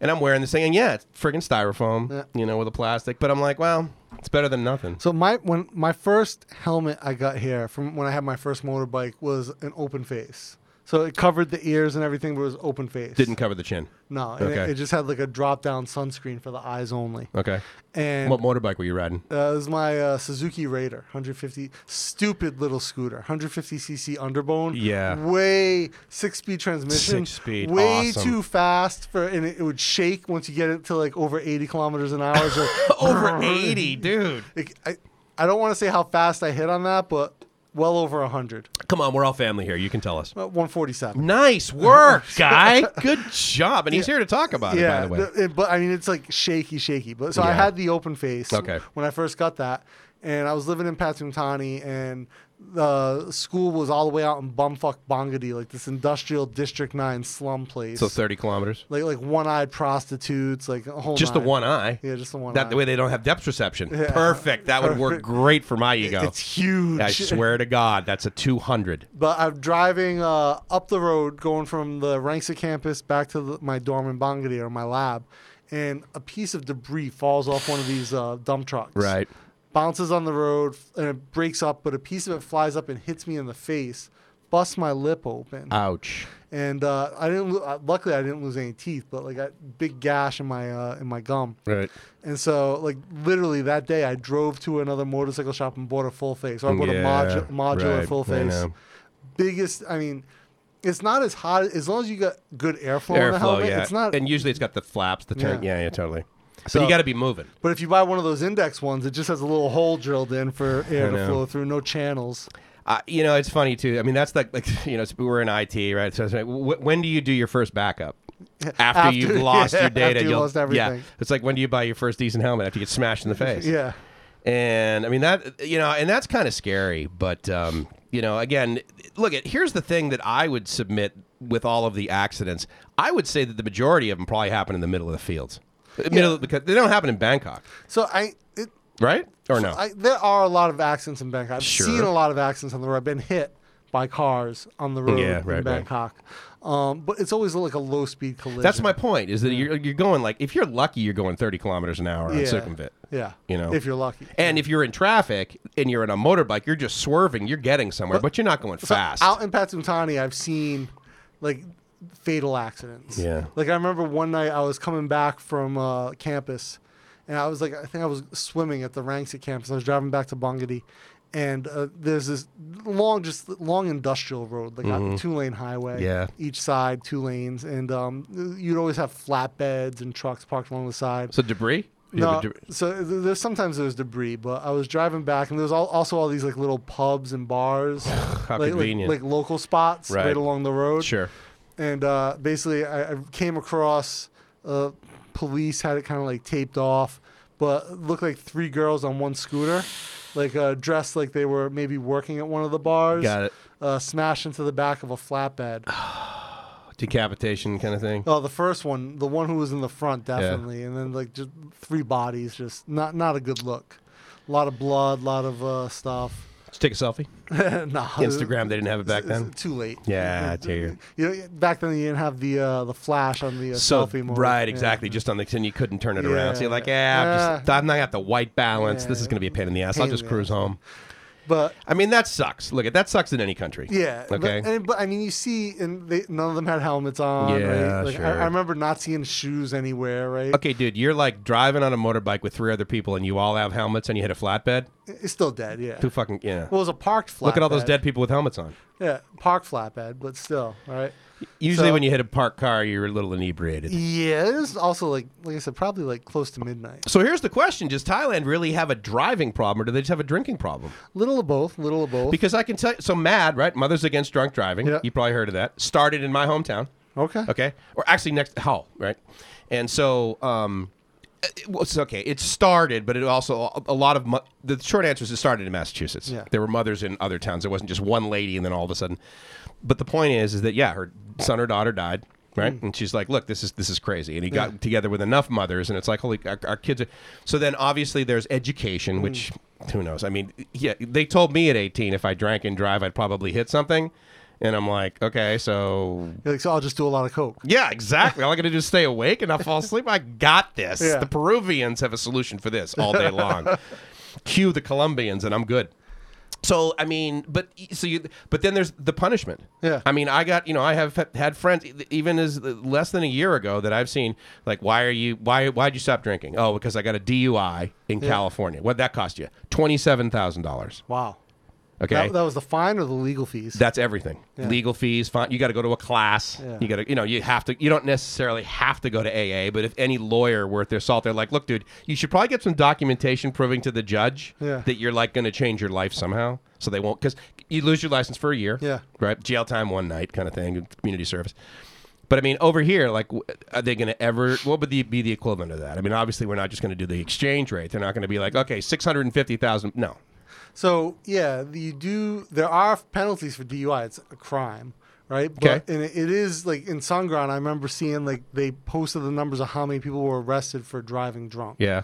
And I'm wearing this thing, and yeah, it's friggin' styrofoam,
Yeah.
you know, with a plastic. But I'm like, well, it's better than nothing.
So my when my first helmet I got here from when I had my first motorbike was an open face. So it covered the ears and everything, but it was open face.
Didn't cover the chin.
no, and it-
Okay.
it, just had like a drop down sunscreen for the eyes only.
Okay.
And
What motorbike were you riding?
Uh, it was my uh, Suzuki Raider, 150, stupid little scooter, 150cc underbone.
Yeah.
Way six speed transmission.
Six-speed,
Way
awesome.
too fast for, and it, it would shake once you get it to like over 80 kilometers an hour.
[LAUGHS]
It's like,
Over 80, dude.
like, I, I don't want to say how fast I hit on that, but well over 100.
Come on, we're all family here. You can tell us.
Uh, 147. [LAUGHS]
Nice work, guy. Good job. And he's here to talk about it, by
Yeah,
the way.
th- it- but I mean it's like shaky, shaky. But so I
Yeah.
had the open face
Okay.
when I first got that, and I was living in Patumtani, and the school was all the way out in bumfuck Bangadi, like this industrial District Nine slum place.
so 30 kilometers.
like like one-eyed prostitutes, like a whole
Just the
nine.
one eye.
Oh Yeah, just the one.
That
eye.
the way they don't have depth perception.
Yeah.
Perfect. That would work [LAUGHS]
Perfect.
great for my ego.
it's huge.
I swear to God, that's a 200.
But I'm driving uh, up the road, going from the Ranxa campus back to the, my dorm in Bangadi or my lab, and a piece of debris falls off one of these uh, dump trucks.
Right.
Bounces on the road f- and it breaks up, but a piece of it flies up and hits me in the face, busts my lip open,
Uh. Ouch.
and uh, I didn't. Lo- uh, luckily, I didn't lose any teeth, but like a big gash in my uh, in my gum.
Right.
And so, like literally that day, I drove to another motorcycle shop and bought a full face. Or I bought a modu- modular full face. Biggest, I mean, it's not as hot as long as you got good airflow in the
Airflow,
helmet.
yeah.
It's not.
and usually it's got the flaps, the turn. Yeah,
Yeah.
yeah, totally. but you got to be moving.
But if you buy one of those index ones, it just has a little hole drilled in for air
I
to
know.
flow through, no channels.
Uh, you know, it's funny too. I mean, that's like, [LAUGHS] like you know, it's- we're in IT, right? So, it's like, wh- when do you do your first backup? After,
After-
you've
[LAUGHS]
lost
yeah,
your data,
after you
you'll-
lost
Yeah,
everything.
it's like when do you buy your first decent helmet after you get smashed in the face?
[LAUGHS] Yeah.
and I mean that you know, and that's kind of scary. But um, you know, again, look at here's the thing that I would submit with all of the accidents. I would say that the majority of them probably happen in the middle of the fields, Uh, middle because they don't happen in Bangkok,
So I, it,
right? Or no?
I, there are a lot of accidents in Bangkok. I've
Sure.
seen a lot of accidents on the road. I've been hit by cars on the road
Yeah, right,
in
right.
Bangkok. Um, but it's always like a low speed collision.
that's my point. Is that you're you're going like if you're lucky, you're going 30 kilometers an hour
Yeah.
on circumvent.
Yeah.
You know?
if you're lucky.
And if you're in traffic and you're on a motorbike, you're just swerving, you're getting somewhere, but you're not going
So
fast.
out in Patsumtani, I've seen like fatal accidents.
Yeah.
Like I remember one night I was coming back from uh, campus, and I was like, I think I was swimming at the Ranks at campus. I was driving back to Bangadi, and uh, there's this long, just long industrial road, like a two lane highway.
Mm-hmm. Yeah.
Each side, two lanes, and um, you'd always have flatbeds and trucks parked along the side.
so debris? You have
No,
a debris-
so th- there's sometimes there's debris, but I was driving back and there's all, also all these like little pubs and
[SIGHS]
bars, [LAUGHS]
How
like,
convenient.
like like local spots right,
Right.
along the road.
Sure.
And uh, basically, I, I came across uh, police had it kind of like taped off, but it looked like three girls on one scooter, like uh, dressed like they were maybe working at one of the bars.
Got it.
Uh, smashed into the back of a flatbed.
[SIGHS] Decapitation kind of thing.
Oh, the first one, the one who was in the front, definitely, and then like just three bodies, just not not a good look. A lot of blood, a lot of uh, stuff.
[LAUGHS] Let's take a selfie.
no,
Instagram, they didn't have it back
it's-
then.
it's too late.
Yeah, I tell you.
You know, back then you didn't have the uh, the flash on the uh,
So
selfie mode.
right,
Yeah.
exactly. Just on the and you couldn't turn it around. So you're like,
Yeah.
yeah, I'm, just, I'm not got the white balance. This is gonna be a pain in the ass.
Pain
I'll
in
just
the
cruise home.
But
I mean, that sucks. Look, at that sucks in any country.
yeah,
Okay.
But, and, but I mean, you see, and they, none of them had helmets on.
Yeah,
right? like, I,
sure.
I remember not seeing shoes anywhere. Right.
okay, dude, you're like driving on a motorbike with three other people, and you all have helmets, and you hit a flatbed.
It's still dead. Yeah.
Who fucking yeah?
Well, it was a parked flatbed.
Look at all those dead people with helmets on.
Yeah, parked flatbed, but still, all right.
Usually,
So-
when you hit a parked car, you're a little inebriated.
Yeah, it was also like like I said, probably like close to midnight.
So here's the question: Does Thailand really have a driving problem, or do they just have a drinking problem?
Little of both, little of both.
Because I can tell. So MAD, right? Mothers Against Drunk Driving.
Yeah.
You probably heard of that. Started in my hometown.
okay.
Okay, or actually next Hull, right? And so, um, it was okay. It started, but it also a lot of mo- the short answer is it started in Massachusetts.
Yeah.
There were mothers in other towns. It wasn't just one lady, and then all of a sudden. But the point is, is that yeah, her son or daughter died. Right, and she's like, "Look, this is this is crazy." And he got together with enough mothers, and it's like, "Holy, our, our kids!" Are... So then, obviously, there's education, which who knows? I mean, yeah, they told me at 18 if I drank and drive, I'd probably hit something, and I'm like, "Okay, so
You're like, so I'll just do a lot of coke.
yeah, exactly. All I got to do is stay awake and
[LAUGHS]
I'll fall asleep. I got this.
Yeah.
The Peruvians have a solution for this all
[LAUGHS]
day long. Cue the Colombians and I'm good. So I mean, but so you, but then there's the punishment.
Yeah.
I mean, I got you know, I have ha- had friends e- even as less than a year ago that I've seen like, why are you why why'd you stop drinking? Oh, because I got a DUI in California. What'd that cost you? Twenty seven thousand dollars.
Wow.
Okay,
That, that was the fine or the legal fees.
that's everything. Legal fees, fine. You got to go to a class.
Yeah.
You got to, you know, you have to. You don't necessarily have to go to AA, but if any lawyer worth their salt, they're like, look, dude, you should probably get some documentation proving to the judge
Yeah.
that you're like going to change your life somehow. So they won't, because you lose your license for a year.
Yeah.
Right. Jail time one night, kind of thing. Community service. But I mean, over here, like, w- are they going to ever? What would the, be the equivalent of that? I mean, obviously, we're not just going to do the exchange rate. They're not going to be like, okay, six hundred and fifty thousand. No,
so yeah, the- you do. There are penalties for DUI. It's a crime, right? But
Okay.
and it, it is like in Sangran. I remember seeing like they posted the numbers of how many people were arrested for driving drunk.
yeah,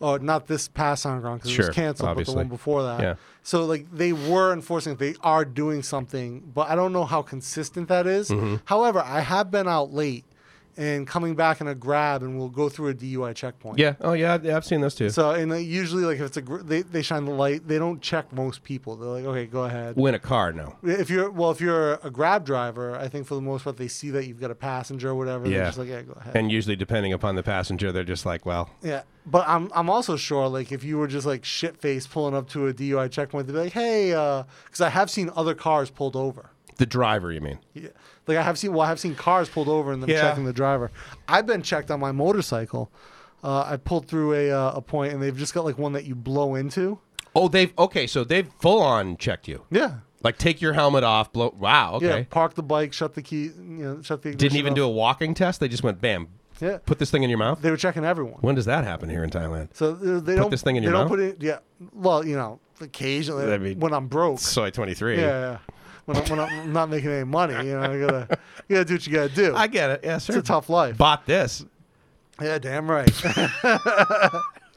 Oh, not this past Sangran because it
Sure,
was canceled, but
obviously.
the one before that.
Yeah.
So like they were enforcing, it. they are doing something, but I don't know how consistent that is.
Mm-hmm.
However, I have been out late and coming back in a grab, and we'll go through a DUI checkpoint.
yeah. Oh yeah, I've- I've seen those too.
So and uh, usually like if it's a gr- they they shine the light, they don't check most people. They're like, okay, go ahead.
Win a car, no.
If you're well, if you're a grab driver, I think for the most part they see that you've got a passenger or whatever. They're
Yeah.
just like, yeah, go ahead.
And usually, depending upon the passenger, they're just like, well,
Yeah, but I'm I'm also sure like if you were just like shit faced pulling up to a DUI checkpoint, they'd be like, hey, because I have seen other cars pulled over.
the driver, you mean?
Yeah. Like I have seen, well, I have seen cars pulled over and them
Yeah.
checking the driver. I've been checked on my motorcycle. Uh, I pulled through a, uh, a point, and they've just got like one that you blow into.
Oh, they've okay. So they've full on checked you.
Yeah,
Like take your helmet off. Blow. Wow.
yeah.
Okay.
Park the bike, shut the key, you know, shut the.
Didn't even do a walking test. They just went bam.
Yeah,
Put this thing in your mouth.
they were checking everyone.
When does that happen here in Thailand?
So uh, they don't
this thing in
they
your
don't
mouth?
Put it. Yeah. Well, you know, occasionally
That'd be-
when I'm broke.
Soy twenty three.
Yeah. yeah. When, I'm, when I'm [LAUGHS] not making any money, you know, you gotta you gotta do what you gotta do.
I get it. Yeah, sure.
it's a tough life.
Bought this.
Yeah, damn right.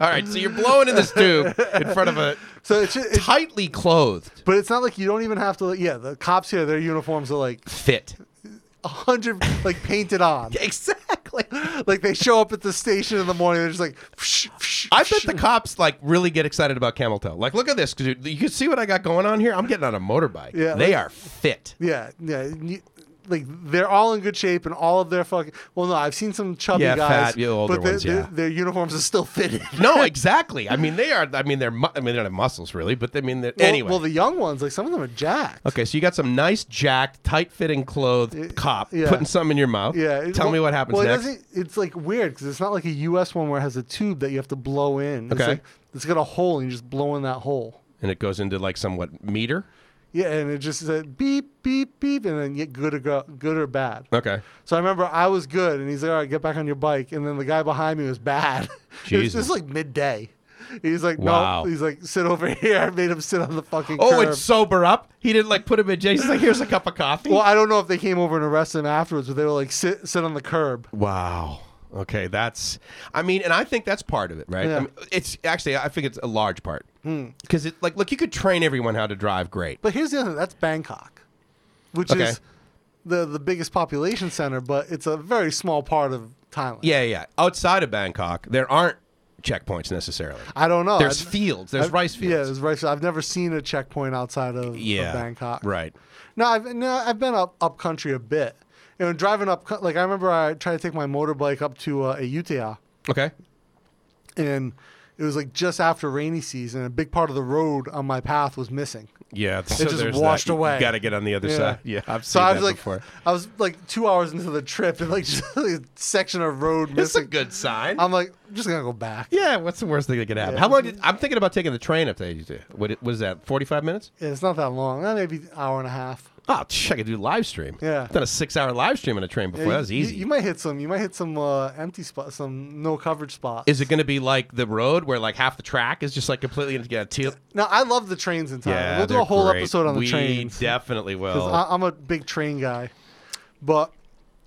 All right. So you're blowing in this tube in front
[LAUGHS]
of a
so it's, it's
tightly clothed
but it's not like you don't even have to. like, Yeah, the cops here, their uniforms are like
fit.
a hundred, like painted
[LAUGHS]
on.
Exactly.
Like they show up at the station in the morning, they're just like. Psh, psh,
I
psh.
bet the cops like really get excited about camel toe. Like, look at this, because you can see what I got going on here. I'm getting on a motorbike.
Yeah,
they
like-
are fit.
Yeah, yeah. you- like they're all in good shape, and all of their fucking. Well, no, I've seen some chubby
Yeah,
guys,
fat, yeah, older
but their-
ones,
their-
yeah.
their uniforms are still [LAUGHS] fitted.
No, exactly. I mean, they are. I mean, they're. Mu- I mean, they don't have muscles really, but they I mean, they're,
Well-
anyway.
Well, the young ones, like some of them are jacked.
okay, so you got some nice, jacked, tight-fitting clothed cop
yeah.
putting some in your mouth.
Yeah. it-
Tell
well-
me what happens
well, it
next.
doesn't- it's like weird because it's not like a U.S. one where it has a tube that you have to blow in. It's
Okay.
like, it's got a hole and you just blow in that hole.
and it goes into like somewhat meter.
Yeah, and it just said beep, beep, beep, and then get good or go, good or bad.
Okay.
So I remember I was good, and he's like, "All right, get back on your bike." And then the guy behind me was bad. [LAUGHS] It was- this
Jesus.
is like midday. He's like, "No,"
Wow.
he's like, "Sit over [LAUGHS] here." I made him sit on the fucking.
Oh,
curb.
and sober up. He didn't like put him in jail. He's like, here's a cup of coffee.
Well, I don't know if they came over and arrested him afterwards, but they were like, "Sit, sit on the curb."
Wow. Okay, that's. I mean, and I think that's part of it, right?
Yeah. Hmm.
I mean, it's actually, I think it's a large part because it like look, you could train everyone how to drive great.
But here's the other thing. That's Bangkok, which
Okay.
is the the biggest population center, but it's a very small part of Thailand.
Yeah, yeah. Outside of Bangkok, there aren't checkpoints necessarily.
I don't know. I-
There's fields. There's
I-
rice
Yeah,
fields.
there's rice. I've never seen a checkpoint outside of, of
Yeah,
Bangkok.
Right.
No, I've no, I've been up up country a bit. You know, driving up co- like I remember I tried to take my motorbike up to uh, Ayutthaya,
Okay.
and it was like just after rainy season. A big part of the road on my path was missing.
Yeah. It
just washed away.
Got to get on the other side. Yeah. I've
so
seen
I was
that
like, [LAUGHS]
before.
I was like two hours into the trip and like [LAUGHS] just a section of road
It's a
missing.
good sign.
I'm like, I'm just gonna go back.
yeah. What's the worst thing that could happen?
Yeah.
How long? Did, I'm thinking about taking the train up to you. What it- what is that? 45 minutes?
Yeah, it's not that long. Eh, Maybe an hour and a half.
Oh, tch, I could do live stream.
Yeah.
I've done a six-hour live stream on a train
Yeah,
before. that was
you-
easy.
You, might hit some. You might hit some uh, empty spots, some no coverage spots.
Is it going to be like the road where like half the track is just like completely yeah, teal?
now I love the trains in Thailand. we'll Uh, do a
they're
whole
great.
episode on the
we
trains.
definitely will.
'Cause I- I'm a big train guy. But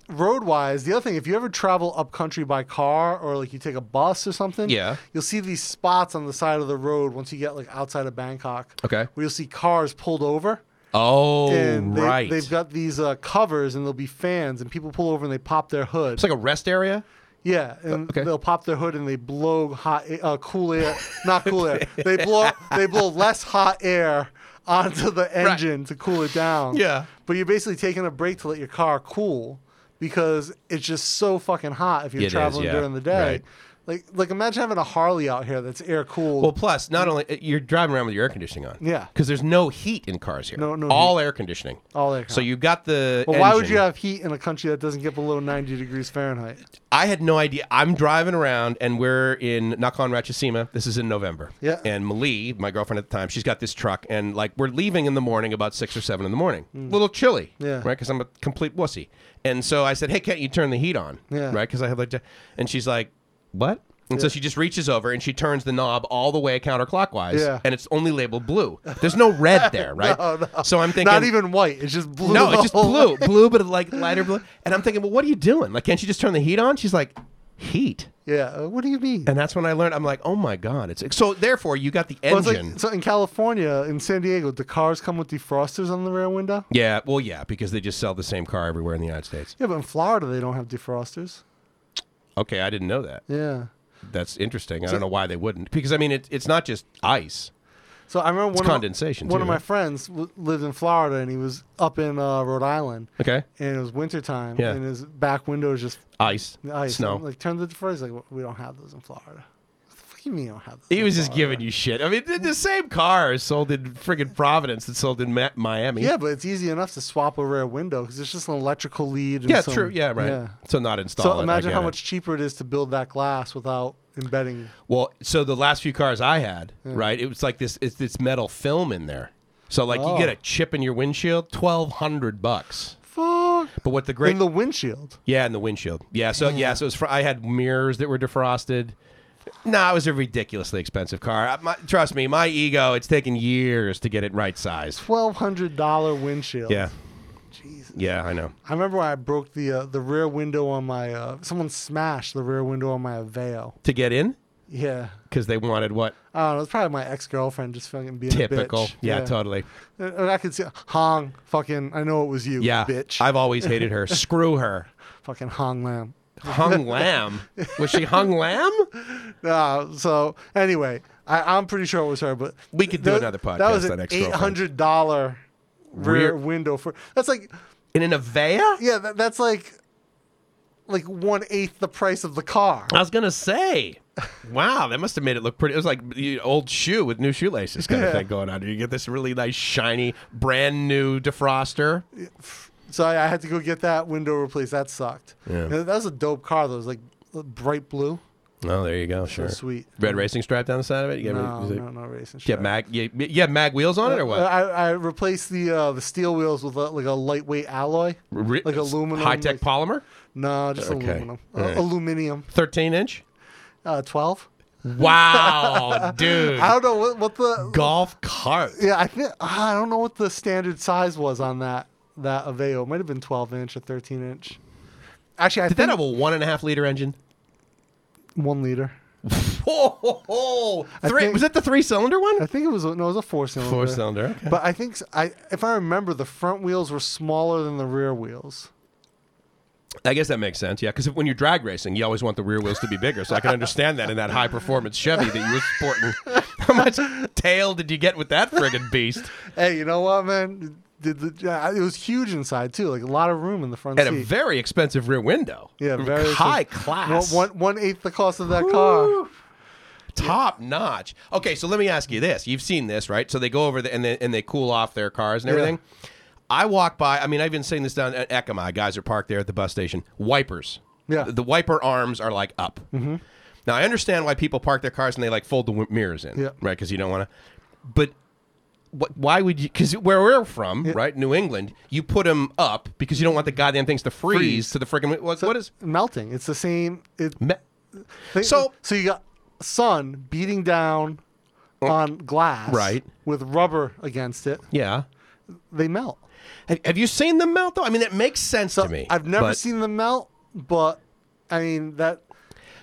road wise, the other thing, if you ever travel up country by car or like you take a bus or something,
Yeah.
you'll see these spots on the side of the road once you get like outside of Bangkok.
okay.
Where you'll see cars pulled over.
Oh,
And they,
right.
they've got these uh, covers and there'll be fans and people pull over and they pop their hood.
it's like a rest area.
Yeah, and
Uh, okay.
they'll pop their hood and they blow hot, a- uh, cool air, not cool
[LAUGHS]
air. They blow, they blow less hot air onto the engine to cool it down.
Yeah.
but you're basically taking a break to let your car cool because it's just so fucking hot if you're
It is,
traveling
yeah,
during the day.
right.
Like, like imagine having a Harley out here that's air cooled.
Well, plus not only uh, you're driving around with your air conditioning on.
Yeah.
Because there's no heat in cars here.
No- no
All air conditioning.
All air
So you got the.
But why would you
engine.
have heat in a country that doesn't get below 90 degrees Fahrenheit?
I had no idea. I'm driving around, and we're in Nakhon Ratchasima. This is in November.
Yeah.
And Malie, my girlfriend at the time, she's got this truck, and like we're leaving in the morning, about six or seven in the morning. Little chilly.
Hmm. Yeah.
Right, because I'm a complete wussy. And so I said, "Hey, can't you turn the heat on?"
Yeah.
Right, because I have like, to- and she's like, "What?" And so she just reaches over and she turns the knob all the way counterclockwise,
Yeah.
and it's only labeled blue. There's no red
[LAUGHS]
there, right?
No, no.
So I'm thinking,
Not even white. It's just blue.
no,
the
it's just
whole-
blue, blue, but like lighter blue. And I'm thinking, well, what are you doing? Like, can't you just turn the heat on? She's like, heat.
[LAUGHS] Yeah. uh, What do you mean?
And that's when I learned. I'm like, oh my god, it's so. Therefore, you got the
Well, it's
engine.
like, so in California, in San Diego, the cars come with defrosters on the rear window.
yeah, well, yeah, because they just sell the same car everywhere in the United States.
Yeah, but in Florida, they don't have defrosters.
Okay, I didn't know that.
Yeah.
That's interesting. I don't know why they wouldn't, because I mean, it, it's not just ice.
So I remember one
condensation,
Of, one
too,
of my
right?
friends w- lived in Florida, and he was up in uh, Rhode Island,
Okay,
and it was wintertime,
Yeah.
and his back window was just
ice,
ice.
snow.
And, like turned the defrosters. He's Like "Well, we don't have those in Florida. What the fuck do you mean you don't have this?
He was just giving you shit. I mean, the, the same car is sold in friggin' Providence that sold in Ma- Miami.
Yeah, but it's easy enough to swap a rear window because it's just an electrical lead. And
Yeah,
some-
true. Yeah, right. So not install it.
So
I
imagine
get
how
it.
much cheaper it is to build that glass without embedding.
Well, so the last few cars I had, right? It was like this. It's this metal film in there. So like you get
Oh.
a chip in your windshield, twelve hundred bucks.
Fuck.
But what the great
In the windshield.
Yeah, in the windshield. Yeah, so yeah, so it was fr- I had mirrors that were defrosted. Nah, it was a ridiculously expensive car. I, my, trust me, my ego. It's taken years to get it right sized.
Twelve hundred dollar windshield.
Yeah,
Jesus.
yeah, I know.
I remember when I broke the uh, the rear window on my. Uh, someone smashed the rear window on my Aveo.
To get in
Yeah.
because they wanted what
I don't know. It's probably my ex girlfriend just fucking being
typical.
A bitch.
Yeah, totally.
And I could see Hong. Fucking. I know it was you.
Yeah,
Bitch.
I've always hated her. Screw
[LAUGHS]
her.
fucking Hong Lam.
Hung lamb. Was she hung lamb?
Uh, so anyway, I, I'm pretty sure it was her, but
We could do another
That
podcast
was
on
an eight
ex-girlfriend.
hundred dollar
Rear-
rear window for. That's like
In an Avea?
yeah, that, that's like like one eighth the price of the car.
I was gonna say, wow, that must have made it look pretty. It was like you- old shoe with new shoelaces kind of
Yeah.
thing going on. You get this really nice, shiny, brand new defroster.
So I, I had to go get that window replaced. That sucked.
Yeah.
And that was a dope car. though. It was like uh, bright blue.
Oh, there you go. Sure,
sweet.
Red racing stripe down the side of it. You got,
No,
is it-
no, Uh, no racing.
you got mag. You, you have mag wheels on it or what?
I, I replaced the uh, the steel wheels with a, like a lightweight alloy,
Ri-
like aluminum.
high tech
like-
polymer,
No, just
Okay.
aluminum. Uh,
All right.
Aluminum.
thirteen inch.
Uh, Twelve. [LAUGHS]
Wow, dude,
I don't know what, what the
golf cart.
Yeah, I think I don't know what the standard size was on that that Aveo. It might have been 12 inch or 13 inch. Actually, I
Did that
think
have a one and a half liter engine? [LAUGHS]
one liter.
Oh, ho, ho. Three,
think-
was that the three cylinder
I
one?
think it was a, no, it was a four cylinder.
Four cylinder. Okay.
But I think s- I, if I remember, the front wheels were smaller than the rear wheels.
I guess that makes sense. Yeah, because when you're drag racing, you always want the rear wheels to be bigger. So I can understand that in that high performance Chevy that you were sporting. [LAUGHS] How much tail did you get with that friggin' beast?
Hey, you know what, man? Did the, yeah, it was huge inside too, like a lot of room in the front
And a
seat.
very expensive rear window.
yeah, very
high
expensive.
class,
One, one, one eighth the cost of that car.
top notch. Okay, so let me ask you this: You've seen this, right? So they go over the, and they, and they cool off their cars and
Yeah.
everything. I walk by. I mean, I've been seeing this down at Ekamai. Guys are parked there at the bus station. Wipers.
Yeah.
The wiper arms are like up. Mm-hmm. Now I understand why people park their cars and they like fold the w- mirrors in,
Yeah.
right? Because you don't want to. But wh- why would you? Because where we're from, right, New England, you put them up because you don't want the goddamn things to freeze,
Freeze.
to the freaking. What, what is?
Melting. It's the same. It,
Me-
They-
So-
so you got sun beating down on glass,
Oh. Right.
With rubber against it,
yeah.
they melt.
Have, have you seen them melt though? I mean, that makes sense
So
to me.
I've never
but
seen them melt, but I mean that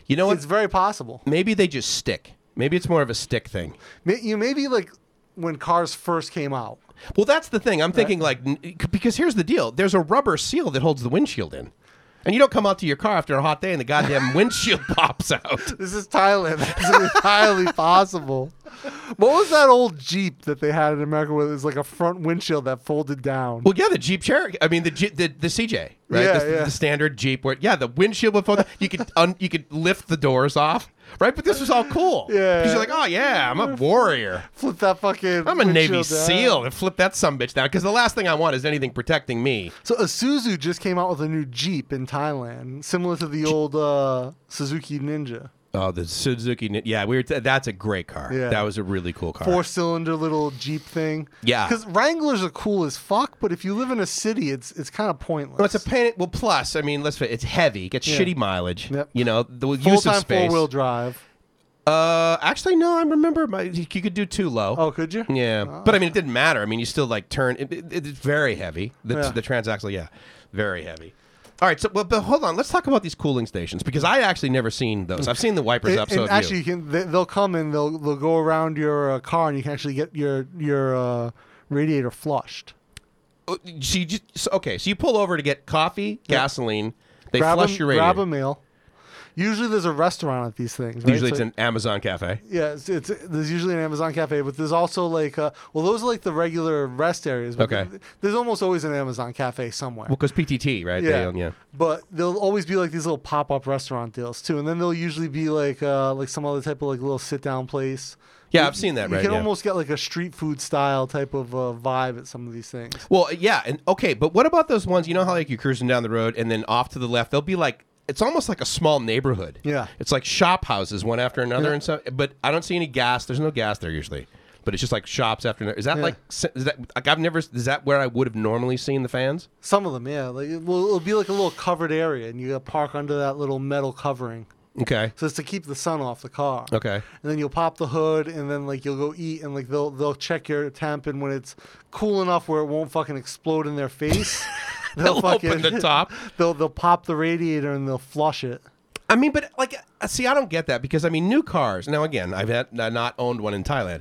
You know
it's
what?
very possible.
Maybe they just stick. Maybe it's more of a stick thing.
May- You maybe like when cars first came out.
Well, that's the thing. I'm thinking like n- because here's the deal. There's a rubber seal that holds the windshield in, and you don't come out to your car after a hot day and
[LAUGHS]
the goddamn windshield pops out.
This is Thailand. [LAUGHS] It's entirely possible. What was that old Jeep that they had in America where it was like a front windshield that folded down?
Well, yeah, the Jeep Cherokee. I mean, the Jeep, the, the CJ, right?
Yeah,
the, the
yeah.
standard Jeep. Where yeah, the windshield would fold. You could un, you could lift the doors off, right? But this was all cool.
Yeah.
because you're like, oh yeah, I'm a warrior.
Flip that fucking.
I'm a Navy
windshield down.
SEAL and flip that sumbitch down because the last thing I want is anything protecting me.
So Isuzu just came out with a new Jeep in Thailand, similar to the old uh, Suzuki Ninja,
Oh, the Suzuki. Nin- Yeah, we were t- that's a great car.
Yeah.
That was a really cool car.
four-cylinder little Jeep thing.
Yeah.
because Wranglers are cool as fuck, but if you live in a city, it's it's kind of
Well,
pointless.
it's a pain. Well, plus, I mean, let's face it, it's heavy. It gets
Yeah.
shitty mileage.
Yep.
You know, the use of
full-time
space.
four-wheel drive.
Uh, actually, no. I remember my, you could do too low.
Oh, could you?
Yeah, but I mean, it didn't matter. I mean, you still like turn. It, it- it's very heavy. The
Yeah.
the transaxle, yeah, very heavy. All right, so well, but hold on. Let's talk about these cooling stations because I actually never seen those. I've seen the wipers
And,
up. So
and
have you.
Mm. actually, you can, they, they'll come and they'll they'll go around your uh, car, and you can actually get your your uh, radiator flushed.
Oh, so you just so- okay. So you pull over to get coffee, gasoline. They
grab
flush
a,
your radiator.
Grab a meal. Usually there's a restaurant at these things. Right?
Usually
So-
it's an Amazon cafe.
yeah, it's, it's there's usually an Amazon cafe, but there's also like uh, well, those are like the regular rest areas. But
Okay.
th- There's almost always an Amazon cafe somewhere.
Well, because PTT, right? They own- yeah.
But there'll always be like these little pop up restaurant deals too, and then there'll usually be like uh, like some other type of like little sit down place.
Yeah, I've seen that,
You
right,
can
yeah.
almost get like a street food style type of uh, vibe at some of these things.
Well, yeah, and okay, but what about those ones? You know how like you're cruising down the road, and then off to the left, they'll be like it's almost like a small neighborhood.
Yeah.
it's like shop houses one after another, and so. But I don't see any gas. There's no gas there usually. But it's just like shops after. another. Is that
Yeah.
like se- is that like I've never is that where I would have normally seen the fans?
Some of them, yeah, like it will, it'll be like a little covered area, and you gotta park under that little metal covering.
Okay,
So it's to keep the sun off the car.
okay.
And then you'll pop the hood, and then like you'll go eat, and like they'll they'll check your temp, and when it's cool enough where it won't fucking explode in their
[LAUGHS]
face,
They'll open the top.
[LAUGHS] They'll they'll pop the radiator and they'll flush it.
I mean, but like, uh, see, I don't get that because I mean, new cars. Now, again, I've had uh, not owned one in Thailand,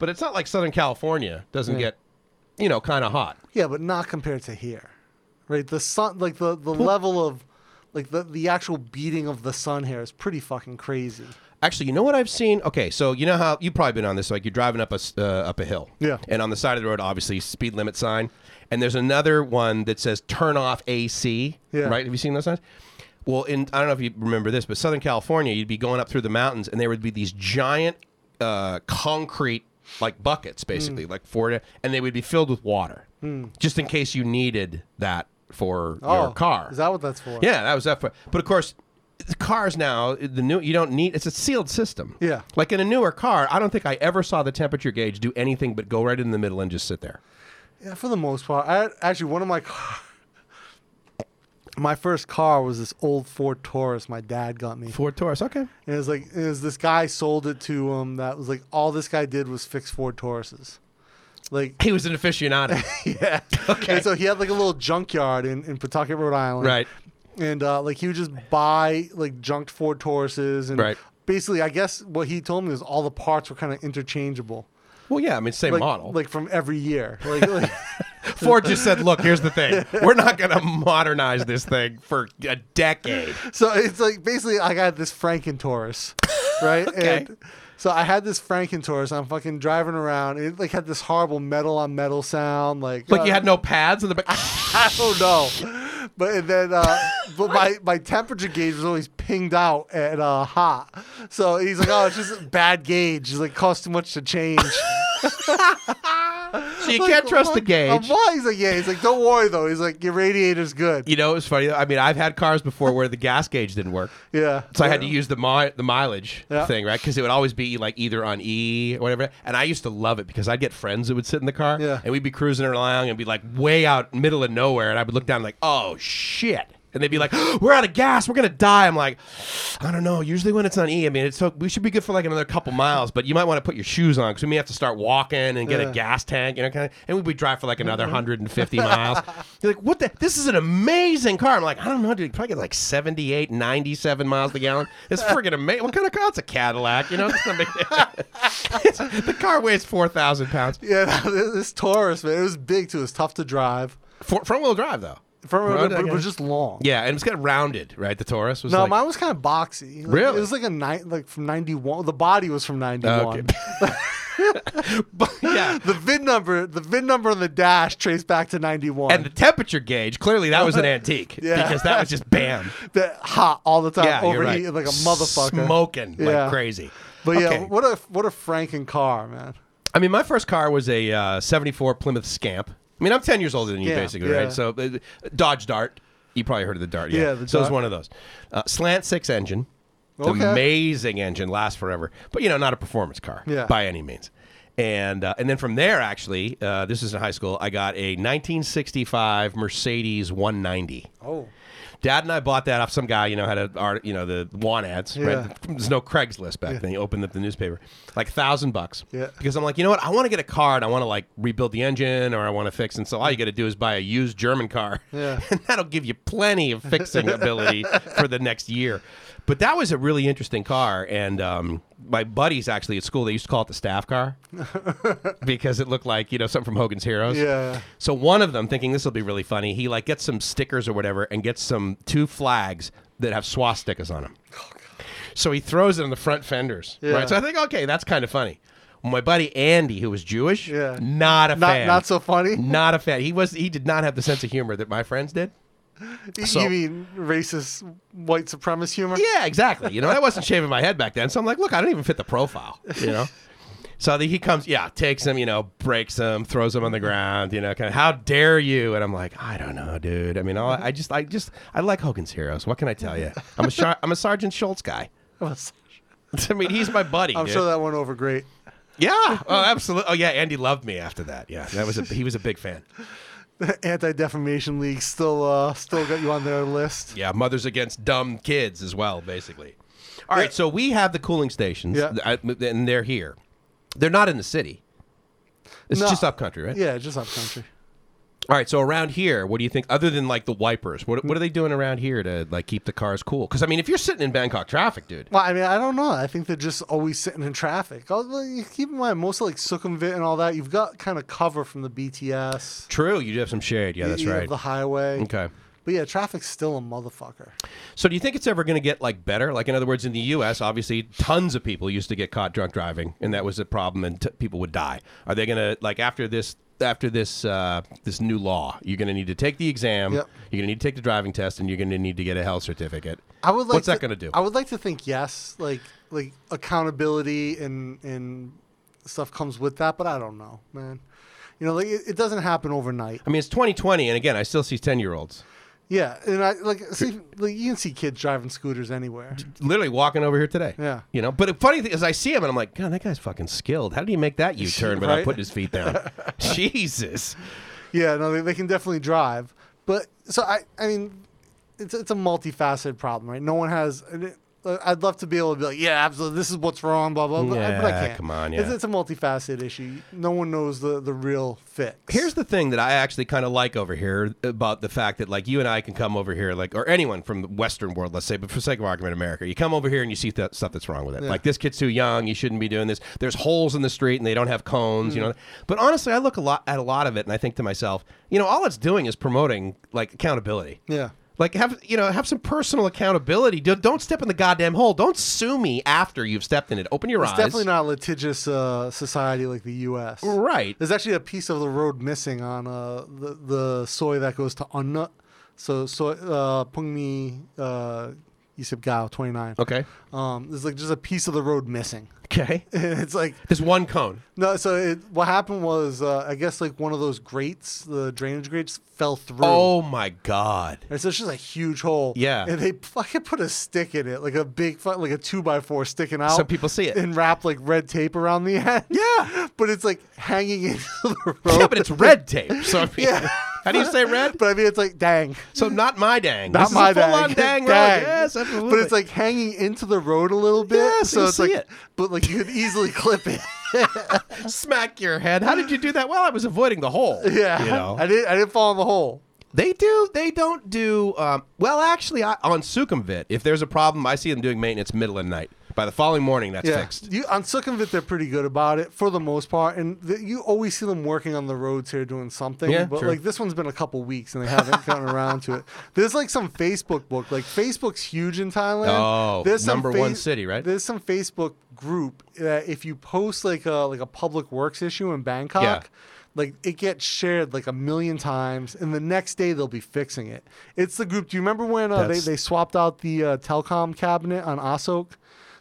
but it's not like Southern California doesn't
Yeah.
get, you know, kind of hot.
Yeah, but not compared to here, right? The sun, like the the level of, like the the actual beating of the sun here is pretty fucking crazy.
Actually, you know what I've seen? Okay, so you know how you've probably been on this. Like you're driving up a s- uh, up a hill,
Yeah.
and on the side of the road, obviously, speed limit sign, and there's another one that says "turn off AC."
Yeah.
Right? Have you seen those signs? Well, in I don't know if you remember this, but Southern California, you'd be going up through the mountains, and there would be these giant uh, concrete like buckets,
Hmm.
basically, like four, and they would be filled with water, just in case you needed that for your car.
Oh, Is that what that's for?
Yeah, that was that. For, but of course, the cars now the new you don't need. It's a sealed system.
Yeah.
Like in a newer car, I don't think I ever saw the temperature gauge do anything but go right in the middle and just sit there.
Yeah, for the most part. I actually one of my car, [LAUGHS] my first car was this old Ford Taurus my dad got me.
Ford Taurus. Okay.
And it was like it was this guy sold it to him that was like all this guy did was fix Ford Tauruses.
[LAUGHS]
Like
He was
[LAUGHS]
an aficionado.
yeah.
Okay.
And so he had like a little junkyard in, in Pawtucket, Rhode Island.
Right.
And uh, like he would just buy like junked Ford Tauruses and
Right.
basically I guess what he told me is all the parts were kind of interchangeable.
well, yeah. I mean, same
Like,
model.
like from every
[LAUGHS]
year. Like, like [LAUGHS]
Ford just said, "Look, here's the thing. We're not going to modernize this thing for a decade."
So it's like basically I got this Franken Taurus,
[LAUGHS]
right? And so I had this Franken Taurus. I'm fucking driving around. It like had this horrible metal on metal sound. Like uh,
Like
[LAUGHS]
you had no pads in the back. Ah,
I don't know. But and then
[LAUGHS]
uh, but my my temperature gauge was always pinged out at uh, hot. So he's like, oh, it's just a bad gauge. He's like, cost too much to change.
So [LAUGHS] you can't trust the
I'm
gauge.
like, Uh, he's like, yeah. He's like, don't worry though. He's like, your radiator's good.
You know, it's funny. I mean, I've had cars before where the gas gauge didn't work.
Yeah.
So I had to use the mi- the mileage
Yeah.
thing, right? Because it would always be like either on E or whatever. And I used to love it because I'd get friends that would sit in the car,
Yeah.
and we'd be cruising around and be like way out middle of nowhere, and I would look down like, oh shit. And they'd be like, [GASPS] "We're out of gas. We're gonna die." I'm like, "I don't know." Usually, when it's on E, I mean, it's so, we should be good for like another couple miles, but you might want to put your shoes on because we may have to start walking and get
Yeah. Mm-hmm.
a gas tank, you know, kind of. And we'd drive for like another
[LAUGHS]
150 miles. You're like, "What the? This is an amazing car." I'm like, "I don't know, dude. Probably get like 78, 97 miles per gallon. It's freaking amazing. What kind of car? It's a Cadillac, you know. [LAUGHS] It's not big- the car weighs four thousand pounds.
[LAUGHS] Yeah, [LAUGHS] this Taurus man, it was big too. It was tough to drive.
For, front wheel drive though.
Front row,
Right,
but it
okay.
was just long.
Yeah, and it's got rounded, right? The Taurus was
No,
like,
mine was kind of boxy. Like,
Really?
It was like a night, like from '91. The body was from '91.
Okay. [LAUGHS] yeah.
[LAUGHS] The VIN number, the VIN number on the dash traced back to '91.
And the temperature gauge, clearly that
[LAUGHS]
was an antique
Yeah.
because that was just bam.
That hot all the time,
Yeah, you're
overheating
right.
like a motherfucker.
Smoking
Yeah.
like crazy.
But yeah,
Okay.
what a what a Franken car, man.
I mean, my first car was a uh, 74 Plymouth Scamp. I mean, I'm 10 years older than you,
Yeah,
basically,
yeah.
right? So, uh, Dodge Dart. You probably heard of the Dart, yeah.
Yeah, the
so it was
Dart.
one of those. Uh, slant six engine. It's
Okay.
Amazing engine, lasts forever. But, you know, not a performance car
Yeah.
by any means. And, uh, and then from there, actually, uh, this is in high school, I got a 1965 Mercedes 190.
Oh,
Dad and I bought that off some guy, you know, had a art, you know, the want ads.
Yeah.
Right? There's no Craigslist back then. You opened up the newspaper, like thousand bucks.
Yeah.
Because I'm like, you know what? I want to get a car and I want to like rebuild the engine or I want to fix. And so all you got to do is buy a used German car.
Yeah.
[LAUGHS] and that'll give you plenty of fixing
[LAUGHS]
ability for the next year. But that was a really interesting car. And um, my buddies actually at school, they used to call it the staff car because it looked like, you know, something from Hogan's Heroes.
Yeah.
So one of them, thinking this will be really funny, he like gets some stickers or whatever, and gets some two flags that have swastikas on them.
oh
So he throws it on the front fenders. Right. So I think, okay, that's kind of funny. My buddy Andy, who was Jewish,
Yeah.
not a
Not
fan. Mm-hmm.
not so funny.
Not a fan. He was. He did not have the sense of humor that my friends did. So-
you mean racist white supremacist humor?
Yeah, exactly. You know, I wasn't shaving my head back then, so I'm like, look, I don't even fit the profile.
[LAUGHS]
You know. So the, he comes, yeah, takes him, you know, breaks him, throws him on the ground, you know, kind of, how dare you? And I'm like, I don't know, dude. I mean, all, I just, I just, I like Hogan's Heroes. What can I tell you? I'm a, Sar- I'm a Sergeant Schultz guy. [LAUGHS] I mean, he's my buddy.
I'm
dude.
sure that went over great. [LAUGHS]
Yeah. Oh, absolutely. Oh, yeah. Andy loved me after that. Yeah, that was a, he was a big fan.
Anti Defamation League still uh, still got you on their list.
Yeah, mothers against dumb kids as well, basically. All right, so we have the cooling stations,
Yeah.
I- and they're here. They're not in the city. It's
No.
just up country, right?
Yeah, just up country.
All right, so around here, what do you think? Other than like the wipers, what, what are they doing around here to like keep the cars cool? Because I mean, if you're sitting in Bangkok traffic, dude,
Well, I mean, I don't know. I think they're just always sitting in traffic. Although, you Keep in mind, most of like Sukhumvit and all that, you've got kind of cover from the BTS.
true, you do have some shade. Yeah, that's
you have
right.
The highway.
Okay.
But yeah, traffic's still a motherfucker.
So do you think it's ever going to get like better? Like in other words, in the U.S., obviously, tons of people used to get caught drunk driving, and that was a problem, and t- people would die. Are they going to like after this? After this, uh, this new law, you're going to need to take the exam.
Yep.
You're going to need to take the driving test, and you're going to need to get a health certificate.
I would like
What's that
to-
going to do?
I would like to think yes, like like accountability and and stuff comes with that, but I don't know, man. You know, like it, it doesn't happen overnight.
I mean, it's 2020, and again, I still see 10 year olds
Yeah, and I like see like you can see kids driving scooters anywhere.
literally walking over here today.
Yeah.
You know, but the funny thing is, I see him, and I'm like, God, that guy's fucking skilled. How did he make that
[LAUGHS]
U turn without
Right?
putting his feet
[LAUGHS]
down? Jesus.
Yeah, no, they, they can definitely drive, but so I I mean, it's it's a multifaceted problem, right? No one has. and it- uh, I'd love to be able to be like, yeah, absolutely. This is what's wrong, blah blah. blah. but I
Yeah,
can't.
come on,
It's,
yeah.
it's a multifaceted issue. No one knows the the real fix.
Here's the thing that I actually kind of like over here about the fact that like you and I can come over here like or anyone from the Western world, let's say, but for sake of argument, America, you come over here and you see that stuff that's wrong with it. Like this kid's too young, you shouldn't be doing this. There's holes in the street and they don't have cones,
Mm.
you know. But honestly, I look a lot at a lot of it and I think to myself, you know, all it's doing is promoting like accountability.
yeah.
Like have you know have some personal accountability. Don't- Don't step in the goddamn hole. Don't sue me after you've stepped in it. Open your
It's
eyes.
definitely not a litigious uh, society like the U.S.
right.
There's actually a piece of the road missing on uh, the the soy that goes to Unnut. So soy uh, Pungmi uh, Yusip Gao 29. [LAUGHS]
Okay.
Um, there's like just a piece of the road missing. [LAUGHS]
Okay.
it's like
There's one cone.
no. So it, what happened was uh, I guess like one of those grates, the drainage grates, fell through.
Oh my god.
And so it's just a huge hole.
Yeah.
And they fucking put a stick in it, like a big, fu- like a two by four sticking out.
So people see it.
And wrap like red tape around the [LAUGHS] end.
Yeah.
But it's like hanging [LAUGHS] into the road.
Yeah, but it's red tape. So I mean,
Yeah.
how do you say red?
[LAUGHS] But I mean, it's like, dang.
[LAUGHS] So not my dang.
Not
this
my
is
[LAUGHS]
a full-on [LAUGHS] dang. road.
Dang.
Yes, absolutely.
But it's like hanging into the road a little bit.
Yeah, so
so
you
it's
see
like,
it.
but like you could easily [LAUGHS] clip it.
smack your head. How did you do that? Well, I was avoiding the [LAUGHS] hole.
yeah.
you
I
know
didn't. I didn't fall in the hole.
they do. They don't do. Um, well, actually, I, on Sukhumvit, if there's a problem, I see them doing maintenance middle of the night. By the following morning, that's
Yeah.
fixed.
You, on Sukhumvit, they're pretty good about it for the most part, and th- you always see them working on the roads here doing something.
Yeah,
but
true.
like this one's been a couple weeks and they
[LAUGHS]
haven't gotten around to it. There's like some Facebook book. Like Facebook's huge in Thailand.
Oh,
there's some
number one city, right?
There's some Facebook group that if you post like a like a public works issue in Bangkok. Like it gets shared like a million times, and the next day they'll be fixing it. It's the group. Do you remember when uh, they
That's-
they swapped out the uh, telecom cabinet on Asok?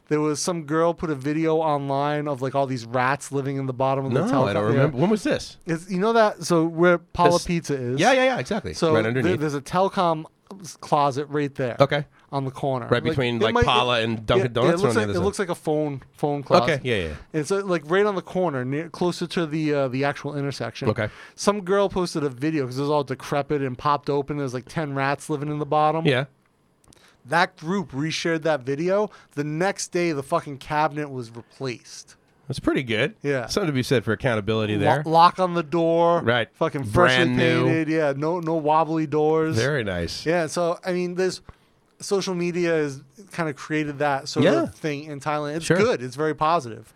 There was some girl put a video online of like all these rats living in the bottom of the
No,
telecom.
I don't
yeah.
remember. When was this?
It's, you know that so where Paula
This-
Pizza is.
Yeah, yeah, yeah. Exactly.
So
right
there-
underneath.
there's a telecom closet right there.
Okay.
On the corner,
Right between,
it
like, Paula and Dunkin'
yeah,
Donuts
Yeah, it
or
looks
on the
like
other
it
side?
looks like a phone phone closet.
yeah, yeah.
It's uh, like right on the corner, near closer to the uh, the actual intersection.
Okay.
Some girl posted a video because it was all decrepit and popped open. There's like ten rats living in the bottom.
yeah.
That group reshared that video. The next day, the fucking cabinet was replaced.
That's pretty good.
Yeah.
Something to be said for accountability
Lo-
there.
lock on the door.
Right.
Fucking freshly
Brand new.
painted. Yeah. No no wobbly doors.
Very nice.
Yeah. So I mean, there's social media has kind of created that sort
Yeah.
of thing in Thailand. It's
Sure.
good. It's very positive.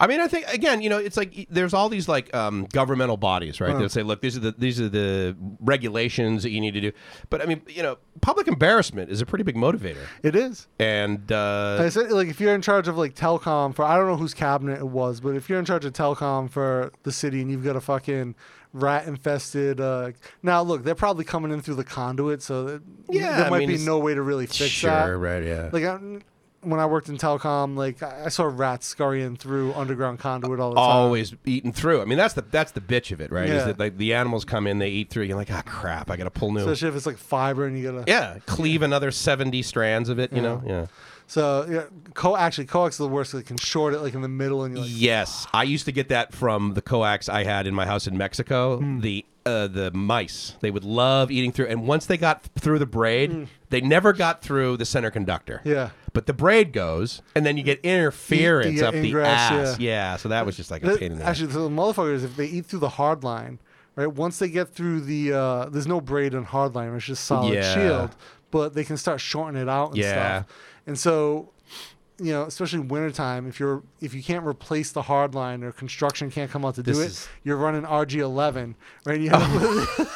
I mean, I think again, you know, it's like y- there's all these like um, governmental bodies, right? They'll say, look, these are the these are the regulations that you need to do. But I mean, you know, public embarrassment is a pretty big motivator,
It is.
and uh,
I said, like, if you're in charge of like telecom for I don't know whose cabinet it was, but if you're in charge of telecom for the city and you've got a fucking rat infested, uh, now look, they're probably coming in through the conduit, so that,
Yeah,
there
I
might
mean,
be
it's- uh,
no way to really fix
sure,
that.
right, yeah.
Like I, when I worked in telecom, like I I saw rats scurrying through underground conduit
uh,
all the time.
always eaten through. I mean, that's the that's the bitch of it, right? Is
Yeah.
that like the animals come in, they eat through. You're like, ah, crap, I got to pull new.
Especially if it's like fiber and you gotta.
yeah, cleave another seventy strands of it. You know, yeah.
So yeah, co actually coax is the worst. 'cause It can short it like in the middle and you're like,
Yes, I used to get that from the coax I had in my house in Mexico.
Hmm.
The uh, the mice they would love eating through, and once they got through the braid, they never got through the center conductor.
Hmm. Yeah.
but the braid goes, and then you get interference
get
up
ingress,
the ass. Yeah. so that was just like a
Th-
pain in the ass.
actually, so the motherfuckers if they eat through the hard line, right? Once they get through the, uh, there's no braid on hard line. It's just solid
Yeah.
shield, but they can start shorting it out and
Yeah.
stuff. And so, you know, especially wintertime, if you're if you can't replace the hard line or construction can't come out to
This
do it,
is-
you're running RG11, right? You have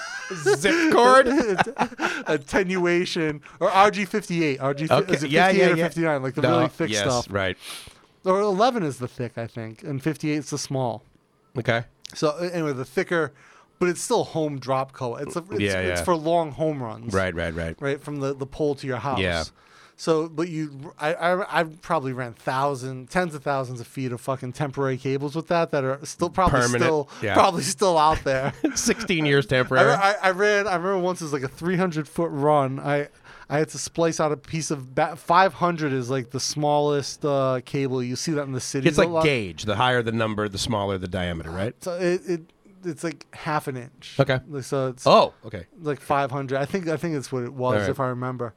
Zip cord.
[LAUGHS] attenuation or RG58, RG
[LAUGHS] Okay,
is it 58
yeah, yeah,
or
yeah.
59, like the
No,
really thick
yes,
stuff.
Right.
Or 11 is the thick, I think, and 58 is the small.
Okay.
So uh, anyway, the thicker, but it's still home drop color. It's a, it's,
Yeah, yeah.
it's for long home runs.
Right.
[LAUGHS]
Right. Right.
Right from the the pole to your house.
Yeah.
So, but you, I, I, I probably ran thousands, tens of thousands of feet of fucking temporary cables with that that are still probably
Permanent,
still
yeah.
probably still out
[LAUGHS]
there.
Sixteen years
I,
temporary.
I, I ran. I remember once it was like a 300 foot run. I I had to splice out a piece of ba- 500 is like the smallest uh, cable. You see that in the city.
it's
a
like
lot.
gauge. The higher the number, the smaller the diameter. Right.
So it, it it's like half an inch.
Okay.
Like, So it's
Oh. Okay.
like 500. I think I think that's what it was
Alright.
if I remember.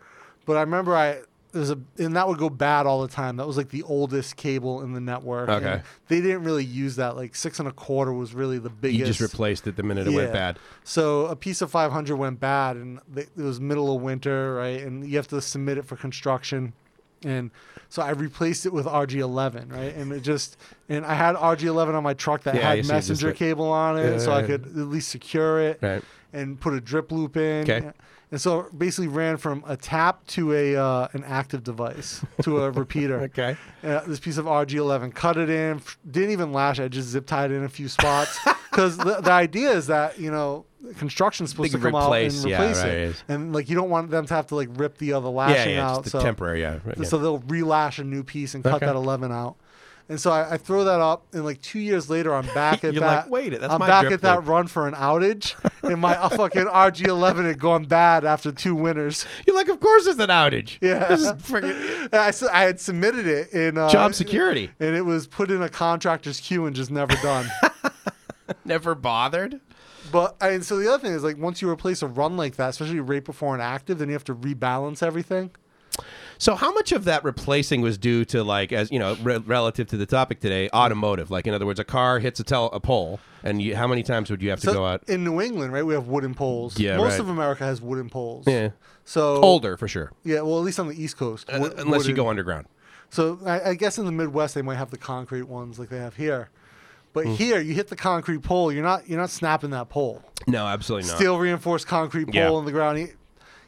But I remember I there's a and that would go bad all the time. That was like the oldest cable in the network. and
Okay.
they didn't really use that. Like six and a quarter was really the biggest.
You just replaced it the minute it went
Yeah.
bad.
So a piece of 500 went bad, and they, it was middle of winter, right? And you have to submit it for construction. And so I replaced it with RG11, right? And it just, and I had RG11 on my truck that
Yeah, you
had
see, just
messenger
like-
cable on it, so I
Yeah.
could at least secure it
Right.
and put a drip loop in.
Okay.
And so basically ran from a tap to a uh, an active device to a repeater.
[LAUGHS] Okay.
Uh, this piece of RG11, cut it in, f- didn't even lash. it, I just zip tied it in a few spots
[LAUGHS]
because the, the idea is that you know construction's supposed
They
to
can
come
replace,
out and
yeah,
replace
right,
it,
it is.
and like you don't want them to have to like rip the other
Yeah,
lashing
yeah,
out.
just the
so
temporary, yeah. right, yeah.
so they'll relash a new piece and cut
Okay.
that 11 out. And so I, I throw that up, and like two years later, I'm back at
[LAUGHS] You're
that.
like, "Wait, that's
I'm
my
back
drip
at that
loop."
run for an outage, and my uh, fucking RG11 had gone bad after two winters.
You're like, of course it's an outage.
Yeah.
This is friggin-
And I, s- I had submitted it in uh,
job security.
and it was put in a contractor's queue and just never
[LAUGHS]
done.
Never bothered.
but and so the other thing is like once you replace a run like that, especially right before an active, then you have to rebalance everything.
So how much of that replacing was due to like, as you know, re- relative to the topic today, automotive? Like, in other words, a car hits a, tel- a pole, and you, how many times would you have to
So
go out?
in New England, right, we have wooden poles.
Yeah,
most
right.
of America has wooden poles.
Yeah.
So
Eh, Older for sure, Uh,
Yeah, well, at least on the East Coast, wo-
unless you
wooden.
go underground.
So I, I guess in the Midwest they might have the concrete ones like they have here, but
Hmm.
here you hit the concrete pole, you're not you're not snapping that pole.
No, absolutely not.
Steel reinforced concrete pole
Yeah.
in the ground. y-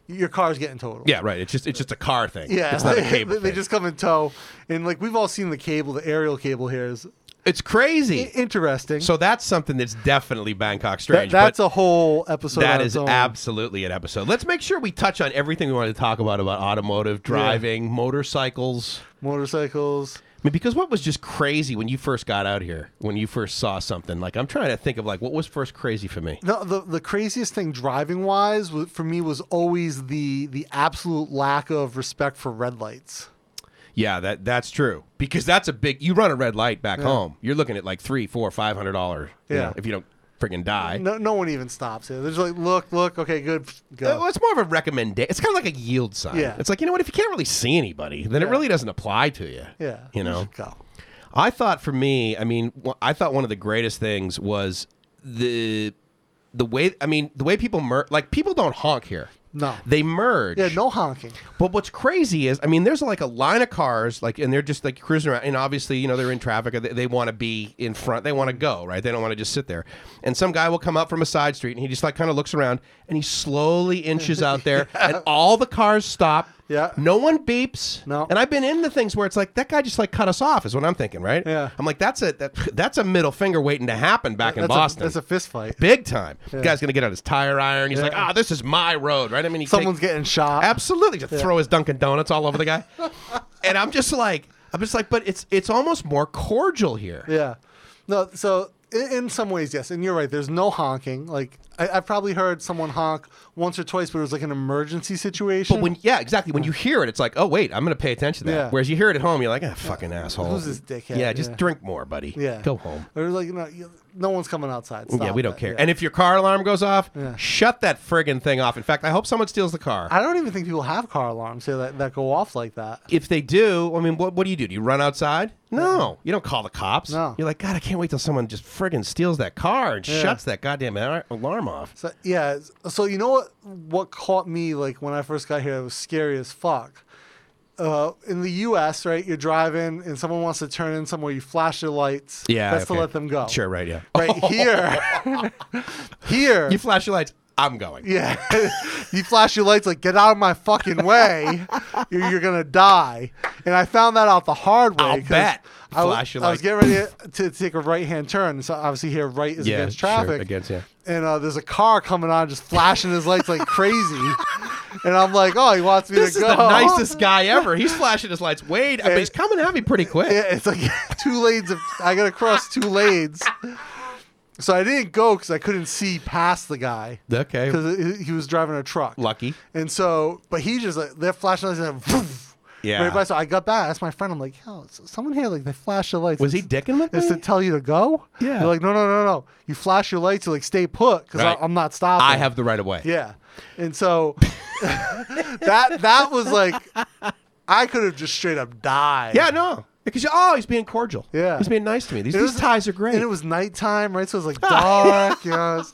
Your car's getting totaled.
yeah, right. It's just it's just a car thing.
Yeah,
it's not
[LAUGHS]
a
they-
cable.
they,
thing.
just come in tow, and like we've all seen the cable, the aerial cable here is
it's
i-
crazy.
interesting.
so that's something that's definitely Bangkok
That-
strange.
that's
but
a whole episode.
that
on
is
its own.
absolutely an episode. Let's make sure we touch on everything we wanted to talk about about automotive, driving, motorcycles.
motorcycles.
I mean, because what was just crazy when you first got out here, when you first saw something? Like, I'm trying to think of like what was first crazy for me.
No, the the craziest thing driving wise for me was always the the absolute lack of respect for red lights.
Yeah, that that's true because that's a big. You run a red light back home, you're looking at like three, four, five hundred dollars.
Yeah.
if you don't friggin' die.
No, no one even stops it. They're just like, look, look, okay, good, pff,
Uh, Well,
go.
it's more of a recommendation. It's kind of like a yield sign.
Yeah.
It's like you know what? If you can't really see anybody, then it
Yeah.
really doesn't apply to you.
Yeah,
You know.
should go.
I thought for me, I mean, wh- I thought one of the greatest things was the the way I mean, the way people mer- like people don't honk here.
No.
They merge.
Yeah, no honking.
But what's crazy is, I mean, there's like a line of cars, like, and they're just like cruising around. And obviously, you know, they're in traffic. They, they want to be in front. They want to go, right? They don't want to just sit there. And some guy will come up from a side street and he just like kind of looks around and he slowly inches
[LAUGHS]
out there and all the cars stop.
Yeah.
No one beeps.
No.
And I've been in the things where it's like, that guy just like cut us off, is what I'm thinking, right?
Yeah.
I'm like, that's a, that, that's a middle finger waiting to happen back in
That's
Boston.
A, that's a fist fight.
Big time. Guy's going to get out his tire iron. He's like, ah, this is my road, right? I mean, he takes-
Someone's getting shot.
Absolutely, just throw his Dunkin' Donuts all over the
[LAUGHS]
guy. and I'm just like, I'm just like, but it's it's almost more cordial here.
Yeah. No, so in, in some ways, yes. And you're right. There's no honking. Like, I, I've probably heard someone honk once or twice, but it was like an emergency situation.
But when yeah, exactly. When you hear it, it's like, oh wait, I'm gonna pay attention to that.
Yeah.
Whereas you hear it at home, you're like, ah, fucking asshole.
Who's this dickhead?
Yeah, just
Yeah.
drink more, buddy.
yeah.
go home.
Or like, no, you- no one's coming outside.
yeah,
Stop
we don't
it.
care.
Yeah.
And if your car alarm goes off, shut that friggin' thing off. In fact, I hope someone steals the car.
I don't even think people have car alarms here that, that go off like that.
if they do, I mean, what, what do you do? Do you run outside? No. You don't call the cops.
No.
You're like, God, I can't wait till someone just friggin' steals that car and shuts that goddamn ar- alarm off.
So yeah, s- so you know what? What caught me like when I first got here, it was scary as fuck. Uh, in the U.S., right? You're driving and someone wants to turn in somewhere. You flash your lights.
Yeah,
that's
okay.
to let them go.
Sure, right, yeah.
Right
[LAUGHS]
here, here.
You flash your lights. I'm going.
[LAUGHS] yeah, you flash your lights like get out of my fucking way. [LAUGHS] you're, you're gonna die. And I found that out the hard way.
I'll
'cause
bet.
I was-
Flash your
I was
lights.
getting ready to take a right-hand turn. So obviously here, right is
Yeah,
against
sure,
traffic.
against, yeah.
and uh, there's a car coming on, just flashing his lights like
[LAUGHS]
crazy. And I'm like, oh, he wants me
This
to
is
go.
the nicest guy ever. He's flashing his lights. Wade, I mean, he's coming at me pretty
[LAUGHS]
quick.
Yeah, it's like [LAUGHS] two lanes of. I gotta cross two
[LAUGHS]
lanes. So I didn't go because I couldn't see past the guy
Okay.
because he was driving a truck.
Lucky.
And so, but he just like they're flashing lights and then, woof,
Yeah.
Right by, so I got back. I asked my friend. I'm like, yo, s- someone here like they flash the lights.
Was he dicking with
Is to
me?
tell you to go?
Yeah.
They're like, no, no, no, no. You flash your lights. You like stay put because
Right.
I'm not stopping.
I have the right of way.
Yeah. And so [LAUGHS] that that was like I could have just straight up died.
Yeah, no. Because, oh, he's being cordial.
Yeah.
He's being nice to me. These,
It
these
was-
ties are great.
And it was nighttime, right? So
[LAUGHS]
it was like dark. you know, it's-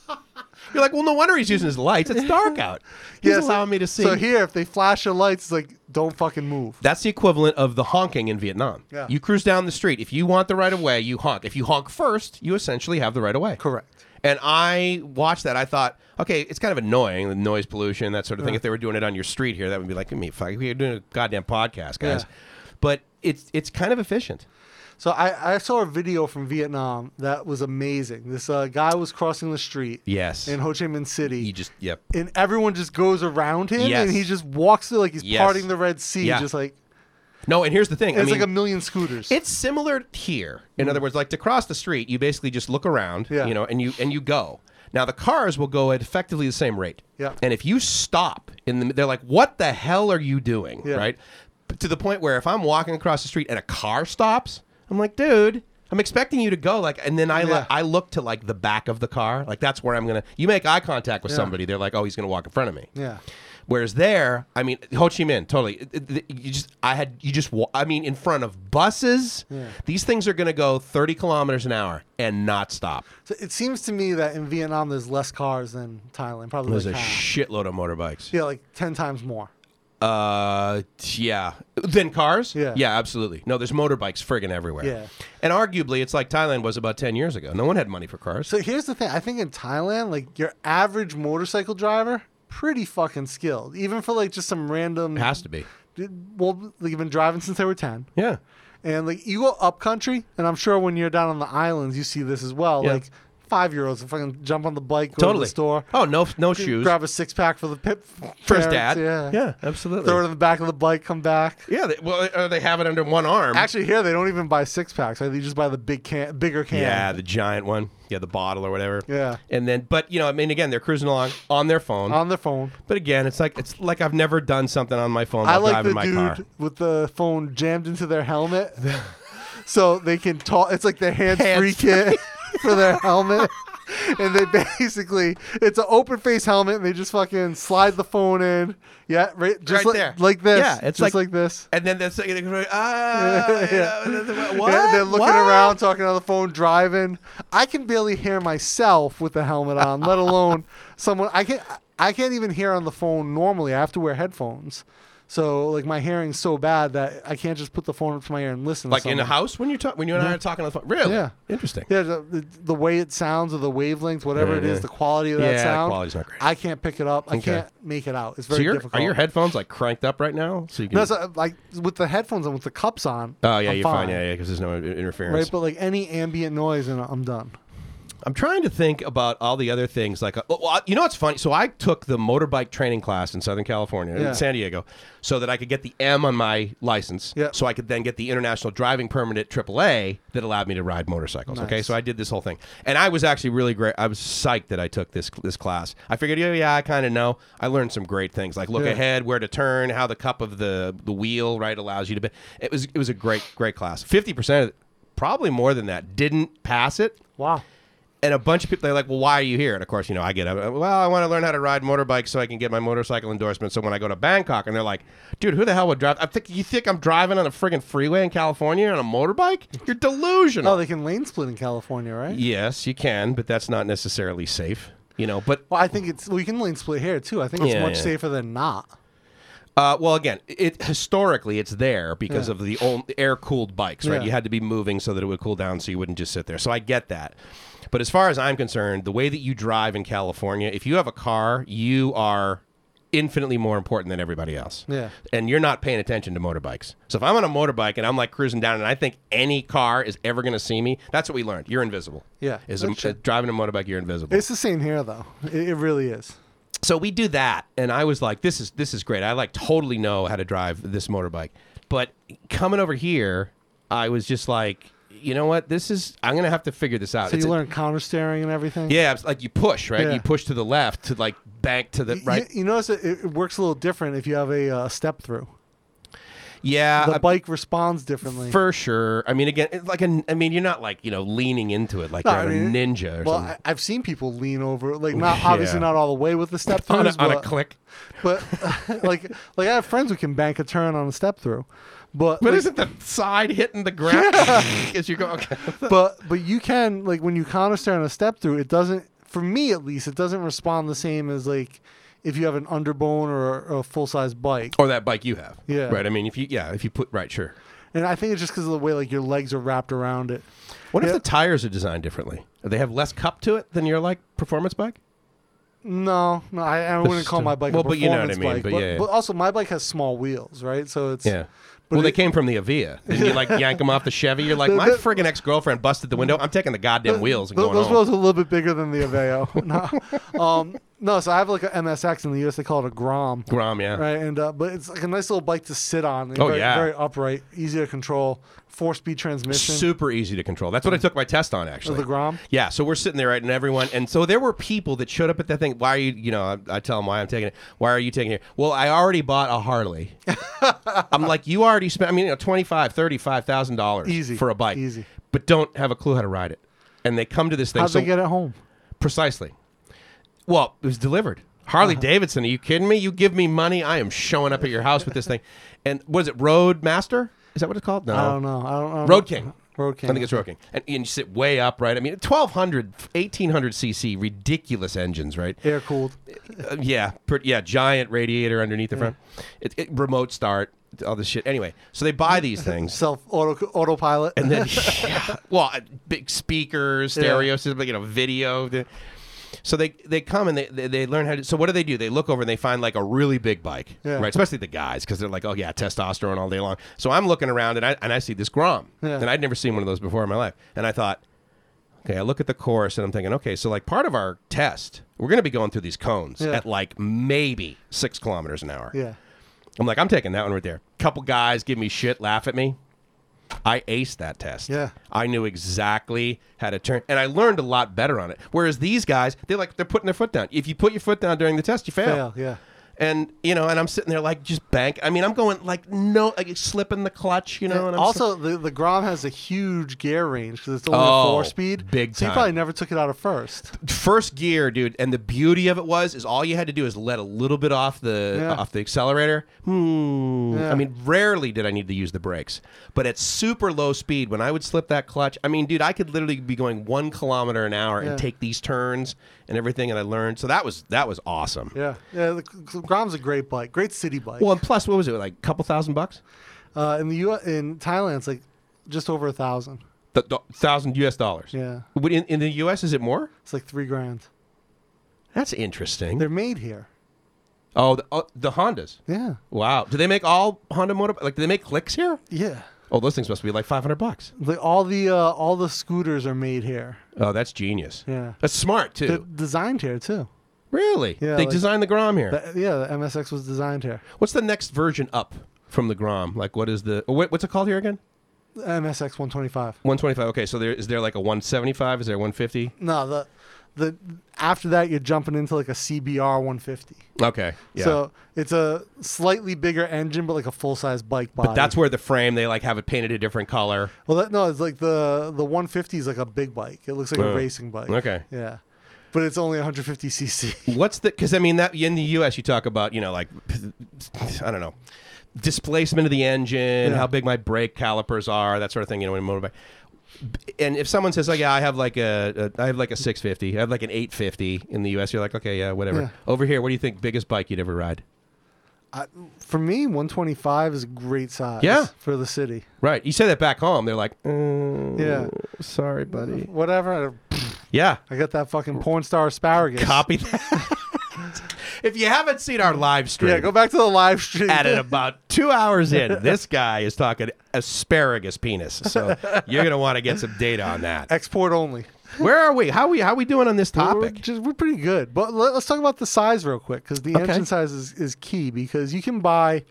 You're like, well, no wonder he's using his lights. It's dark out. He's
yeah, so-
allowing me to see.
So here, if they flash your lights, it's like don't fucking move.
That's the equivalent of the honking in Vietnam.
Yeah.
You cruise down the street. If you want the right of way, you honk. If you honk first, you essentially have the right of way.
Correct.
And I watched that. I thought, okay, it's kind of annoying, the noise pollution, that sort of thing. If they were doing it on your street here, that would be like, I mean, fuck, we're doing a goddamn podcast, guys. But it's it's kind of efficient.
So I, I saw a video from Vietnam that was amazing. This uh, guy was crossing the street.
Yes.
In Ho Chi Minh City.
You just, yep.
and everyone just goes around him,
Yes.
and he just walks through like he's
Yes.
parting the Red Sea,
Yeah.
just like
No, and here's the thing.
it's
I mean,
like a million scooters.
It's similar here. In other words, like to cross the street, you basically just look around,
Mm-hmm. Yeah.
you know, and you and you go. Now the cars will go at effectively the same rate.
Yeah.
And if you stop in the, they're like, "What the hell are you doing?"
Yeah.
Right. But to the point where if I'm walking across the street and a car stops, I'm like, "Dude." I'm expecting you to go like, and then I li-
Yeah.
I look to like the back of the car, like that's where I'm gonna. You make eye contact with somebody, they're like, oh, he's gonna walk in front of me.
yeah.
Whereas there, I mean, Ho Chi Minh, totally. It- it- You just, I had, you just, wa- I mean, in front of buses, these things are going to go 30 kilometers an hour and not stop.
So it seems to me that in Vietnam there's less cars than Thailand, probably
There's
like
a
half.
shitload of motorbikes.
yeah, like ten times more.
Uh, t- yeah. Than cars?
Yeah.
Yeah, absolutely. No, there's motorbikes friggin' everywhere.
Yeah.
And arguably, it's like Thailand was about 10 years ago. No one had money for cars.
So here's the thing: I think in Thailand, like your average motorcycle driver, pretty fucking skilled, even for like just some random.
It has to be.
Well, they've been driving since they were ten.
Yeah.
And like you go up country, and I'm sure when you're down on the islands, you see this as well.
Yeah.
Like five year olds fucking jump on the bike, go to
Totally.
the store,
Oh, no, no shoes.
grab a six pack for the pip
[LAUGHS] for his
parents,
dad.
yeah.
Yeah, absolutely.
throw it in the back of the bike, come back.
yeah, they, well, or they have it under one arm.
Actually, here they don't even buy six packs. Right? They just buy the big can, bigger can.
Yeah, the giant one. Yeah, the bottle or whatever.
Yeah. Uh,
And then, but you know, I mean, again, they're cruising along on their phone.
on their phone.
but again, it's like it's like I've never done something on my phone while
I like
driving
the
my
dude
car.
with the phone jammed into their
[LAUGHS]
helmet, so they can talk. It's like their hands free kit [LAUGHS] for their helmet. And they basically, it's an open face helmet, and they just fucking slide the phone in. Yeah, right, just
Right
like,
there.
like this.
Yeah, it's
just
like-
like, this.
And then that's like, ah,
[LAUGHS] Yeah.
you know,
[LAUGHS]
what?
And they're looking
What?
around, talking on the phone,
[LAUGHS]
driving. I can barely hear myself with the helmet on, let alone someone. I can. I can't even hear on the phone normally. I have to wear headphones. So like my hearing's so bad that I can't just put the phone up to my ear and listen.
Like
to
in the
someone.
house when you talk when you and I are talking on the phone. Really?
Yeah.
Interesting.
Yeah, the, the, the way it sounds or the wavelength, whatever
Yeah,
it is,
yeah.
the quality of
Yeah,
that
the
sound.
quality's not great.
I can't pick it up. I
Okay.
can't make it out. It's
so
very
your
difficult.
are your headphones like cranked up right now? So you can.
No, it's, uh, like with the headphones and with the cups on.
oh yeah,
I'm
you're fine. Yeah, yeah, because there's no i- interference.
Right, but like any ambient noise, and I'm done.
I'm trying to think about all the other things. Like, uh, well, I- you know what's funny? So I took the motorbike training class in Southern California,
Yeah.
in San Diego, so that I could get the M on my license.
Yeah.
So I could then get the international driving permit at AAA that allowed me to ride motorcycles. Okay,
Nice.
so I did this whole thing, and I was actually really great. I was psyched that I took this this class. I figured, yeah, yeah, I kind of know. I learned some great things, like look
Yeah.
ahead, where to turn, how the cup of the the wheel right allows you to. Be. It was it was a great great class. Fifty percent, probably more than that, didn't pass it
Wow.
and a bunch of people they're like, "Well, why are you here?" And of course, you know, I get up. Well, I want to learn how to ride motorbikes so I can get my motorcycle endorsement. So when I go to Bangkok, and they're like, "Dude, who the hell would drive?" I think you think I'm driving on a friggin' freeway in California on a motorbike? You're delusional.
Oh, they can lane split in California, right?
yes, you can, but that's not necessarily safe. You know, but
Well, I think it's we can lane split here too. I think it's
Yeah,
much
yeah.
safer than not.
Uh, well, again, it historically it's there because
Yeah.
of the old air cooled bikes, right?
Yeah.
You had to be moving so that it would cool down, so you wouldn't just sit there. So I get that. But as far as I'm concerned, the way that you drive in California, if you have a car, you are infinitely more important than everybody else.
Yeah.
And you're not paying attention to motorbikes. So if I'm on a motorbike and I'm like cruising down and I think any car is ever going to see me, that's what we learned. You're invisible.
Yeah,
Is a,
that's true.
uh, driving a motorbike, you're invisible
It's the same here though. It, it really is.
so we do that and i was like this is this is great i like totally know how to drive this motorbike but coming over here i was just like you know what this is i'm gonna have to figure this out
So
It's
you
a-
learn counter steering and everything.
yeah it's like you push right
Yeah.
you push to the left to like bank to the
Y-
right
You, notice it, it works a little different if you have a uh, step through.
yeah
The
I-
bike responds differently.
Uh, for sure i mean again it's like an, i mean you're not like you know leaning into it like
No,
you're
I
on
mean,
a ninja or
well,
something
I, I've seen people lean over, like not obviously
Yeah.
not all the way with the step
[LAUGHS] on a,
throughs,
on a
but-
click
but [LAUGHS] like like I have friends who can bank a turn on a step through, but
but
like,
isn't the side hitting [LAUGHS] the ground as you go okay.
but but you can like when you counter stare on a step through, it doesn't for me at least it doesn't respond the same as like if you have an underbone or a, full size bike,
or that bike you have
Yeah.
right i mean if you yeah if you put right sure
and I think it's just because of the way like your legs are wrapped around it.
What if
Yeah.
the tires are designed differently? Do they have less cup to it than your like performance bike?
No, no, I, I wouldn't call my bike
Well,
a
but you know what I
performance
mean,
bike,
but yeah, yeah.
but also my bike has small wheels, right? So it's But
well, they
it-
came from the Avia. Didn't you like yank them off the Chevy? You're [LAUGHS] like,
The-
my
the-
friggin' ex girlfriend busted the window. I'm taking the goddamn wheels and
Tho-
going
those
home.
wheels are a little bit bigger than the Aveo. [LAUGHS] no, um, no, so I have like a MSX in the US. They call it a Grom.
Grom, yeah.
Right, and uh, but it's like a nice little bike to sit on. and
Oh,
very,
yeah.
very upright, easy to control, four-speed transmission.
Super easy to control. That's what I took my test on, actually.
Oh, The Grom?
Yeah. So we're sitting there, right, and everyone, and so there were people that showed up at that thing. Why are you? You know, I, I tell them why I'm taking it. Why are you taking it? Well, I already bought
[LAUGHS]
a Harley. I'm like, you already spent. I mean, you know, twenty five, thirty five thousand dollars
Easy,
for a bike,
easy.
but don't have a clue how to ride it. And they come to this thing.
How'd
so
they get it home?
Precisely. Well, it was delivered. Harley
Uh-huh.
Davidson, are you kidding me? You give me money, I am showing up at your house with this thing. And was it Roadmaster? Is that what it's called? No.
I don't know. I don't, I don't
Road
know.
King.
Road King.
I think it's Road King. And, and you sit way up, right? I mean, 1200, 1800 cc, ridiculous engines, right?
air cooled.
Uh, yeah, per, yeah, giant radiator underneath the front, it, it, remote start, all this shit. Anyway, so they buy these things.
Self auto autopilot. [LAUGHS]
And then, yeah, well, uh, big speakers, stereo system, you know, video. the- so they they come and they, they they learn how to. So what do they do? They look over and they find like a really big bike,
Yeah.
right? Especially the guys because they're like, oh yeah, testosterone all day long. So I'm looking around and I and I see this Grom,
Yeah.
and I'd never seen one of those before in my life. And I thought, okay, I look at the course and I'm thinking, okay, so like part of our test, we're going to be going through these cones
Yeah.
at like maybe six kilometers an hour.
yeah.
I'm like, I'm taking that one right there. Couple guys give me shit, laugh at me. I aced that test.
Yeah.
I knew exactly how to turn, and I learned a lot better on it. Whereas these guys, they're like, they're putting their foot down. If you put your foot down during the test, you fail.
Fail. Yeah.
And you know, and I'm sitting there like just bank. I mean, I'm going like no, like slipping the clutch, you know. And I'm
also, the, the Grom has a huge gear range because it's only a
Oh,
four speed.
big
So he
time.
probably never took it out of first.
first gear, dude. And the beauty of it was is all you had to do is let a little bit off the
Yeah.
off the accelerator. Hmm.
Yeah.
I mean, rarely did I need to use the brakes, but at super low speed, when I would slip that clutch, I mean, dude, I could literally be going one kilometer an hour
Yeah.
and take these turns and everything. And I learned, so that was that was awesome.
Yeah. Yeah. The the Grom's a great bike, great city bike.
Well, and plus, what was it like? A couple thousand bucks?
uh, in the U- in Thailand, it's like just over a thousand.
The, the- thousand U.S. dollars.
Yeah.
Would- In, in the U.S., is it more?
It's like three grand.
That's interesting.
They're made here.
oh, the, oh, the Hondas.
Yeah.
Wow. Do they make all Honda motor? Like, do they make clicks here?
Yeah.
Oh, those things must be like five hundred bucks.
The, all the uh, all the scooters are made here.
Oh, that's genius.
Yeah.
That's smart too.
They're designed here too.
really?
Yeah,
they
like-
designed the Grom here.
The- yeah, the MSX was designed here.
What's the next version up from the Grom? Like, what is the? oh, What, what's it called here again?
The MSX 125.
One twenty five. Okay, so there is there like a one seventy five? Is there one fifty?
No, the the after that you're jumping into like a CBR 150.
Okay. Yeah.
So it's a slightly bigger engine, but like a full size bike body.
but that's where the frame they like have it painted a different color.
well, that, no, it's like the the 150 is like a big bike. It looks like a
Oh,
racing bike.
okay.
Yeah, but it's only 150 cc.
What's the? Because I mean that in the U.S. you talk about you know like I don't know displacement of the engine,
Yeah.
how big my brake calipers are, that sort of thing. You know, in a motorbike. And if someone says like, yeah, I have like a, a I have like a 650, I have like an 850 in the U.S. You're like, okay, yeah, whatever.
Yeah.
Over here, what do you think biggest bike you'd ever ride?
For me, 125 is a great size.
Yeah.
For the city.
Right. You say that back home, they're like, mm,
Yeah. [LAUGHS]
sorry, buddy.
Whatever. I,
Yeah.
I got that fucking porn star asparagus.
Copy that. [LAUGHS] if you haven't seen our live stream,
Yeah, go back to the live stream.
at it about two hours [LAUGHS] in. This guy is talking asparagus penis. So you're gonna want to get some data on
[LAUGHS]
that.
Export only.
Where are we? How we how we doing on this
We're,
topic?
just, we're pretty good. But let, us talk about the size real quick because the
Okay.
engine size is, is key because you can buy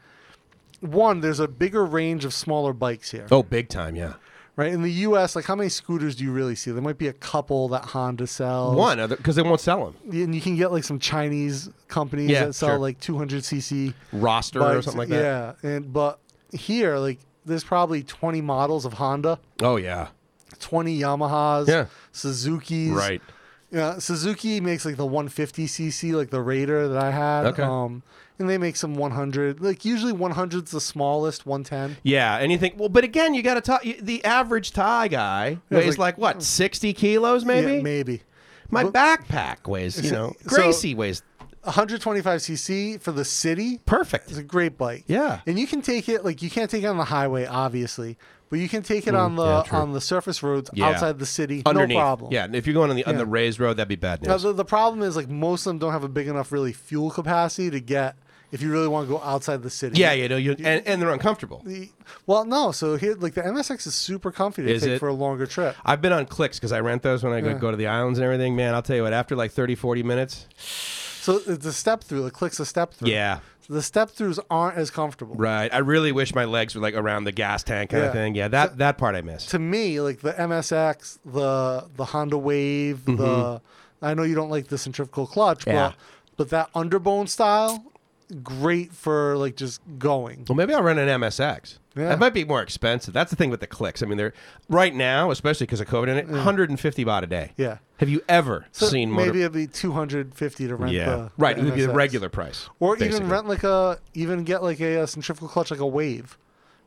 one, there's a bigger range of smaller bikes here.
Oh, big time, yeah.
Right? In the US, like how many scooters do you really see? There might be a couple that Honda sells.
One other because they won't sell them.
And you can get like some Chinese companies
Yeah,
that sell
sure.
like 200cc
Roster or
bikes.
something like that.
Yeah. And, but here, like, there's probably 20 models of Honda.
Oh yeah.
20 Yamahas,
Yeah.
Suzuki's.
Right.
Yeah, Suzuki makes like the 150cc, like the Raider that I had.
Okay.
Um, and they make some 100. Like usually 100's the smallest, 110.
Yeah, anything. Well, but again, you got to talk. The average Thai guy
Yeah,
weighs
like-
like, what, sixty kilos,
Yeah,
maybe.
maybe.
My backpack weighs, you know,
So-
Gracie weighs
125cc for the city.
perfect.
It's a great bike.
Yeah.
And you can take it like you can't take it on the highway, obviously, but you can take it on the
Mm, yeah, true.
on the surface roads
Yeah.
outside the city.
Underneath,
No problem.
yeah. and If you're going on the on
Yeah.
the raised road, that'd be bad news.
Now, the, the problem is like most of them don't have a big enough really fuel capacity to get if you really want to go outside the city.
Yeah, you know, you and, and they're uncomfortable.
The- well, no. So here, like the MSX is super comfy to
Is
take
it?
for a longer trip.
I've been on clicks because I rent those when I go,
Yeah.
go to the islands and everything. Man, I'll tell you what, after like 30, 40 minutes.
So it's a step through. The click's a step through.
Yeah.
The step throughs aren't as comfortable.
Right. I really wish my legs were like around the gas tank kind
Yeah.
of thing. Yeah, that, that part I missed.
To me, like the MSX, the the Honda Wave, the I know you don't like the centrifugal clutch,
Mm-hmm. Yeah.
but but that underbone style, great for like just going.
Well, maybe I'll rent an MSX.
Yeah.
That might be more expensive. That's the thing with the clicks. I mean, they're right now, especially because of COVID in it, 150 baht a day.
Yeah.
Have you ever
So
seen motor-
maybe it'd be two hundred fifty to rent
yeah.
the
right.
the
it would be the
MSX.
regular price.
or even
basically.
rent like a even get like a, uh centrifugal clutch like a Wave,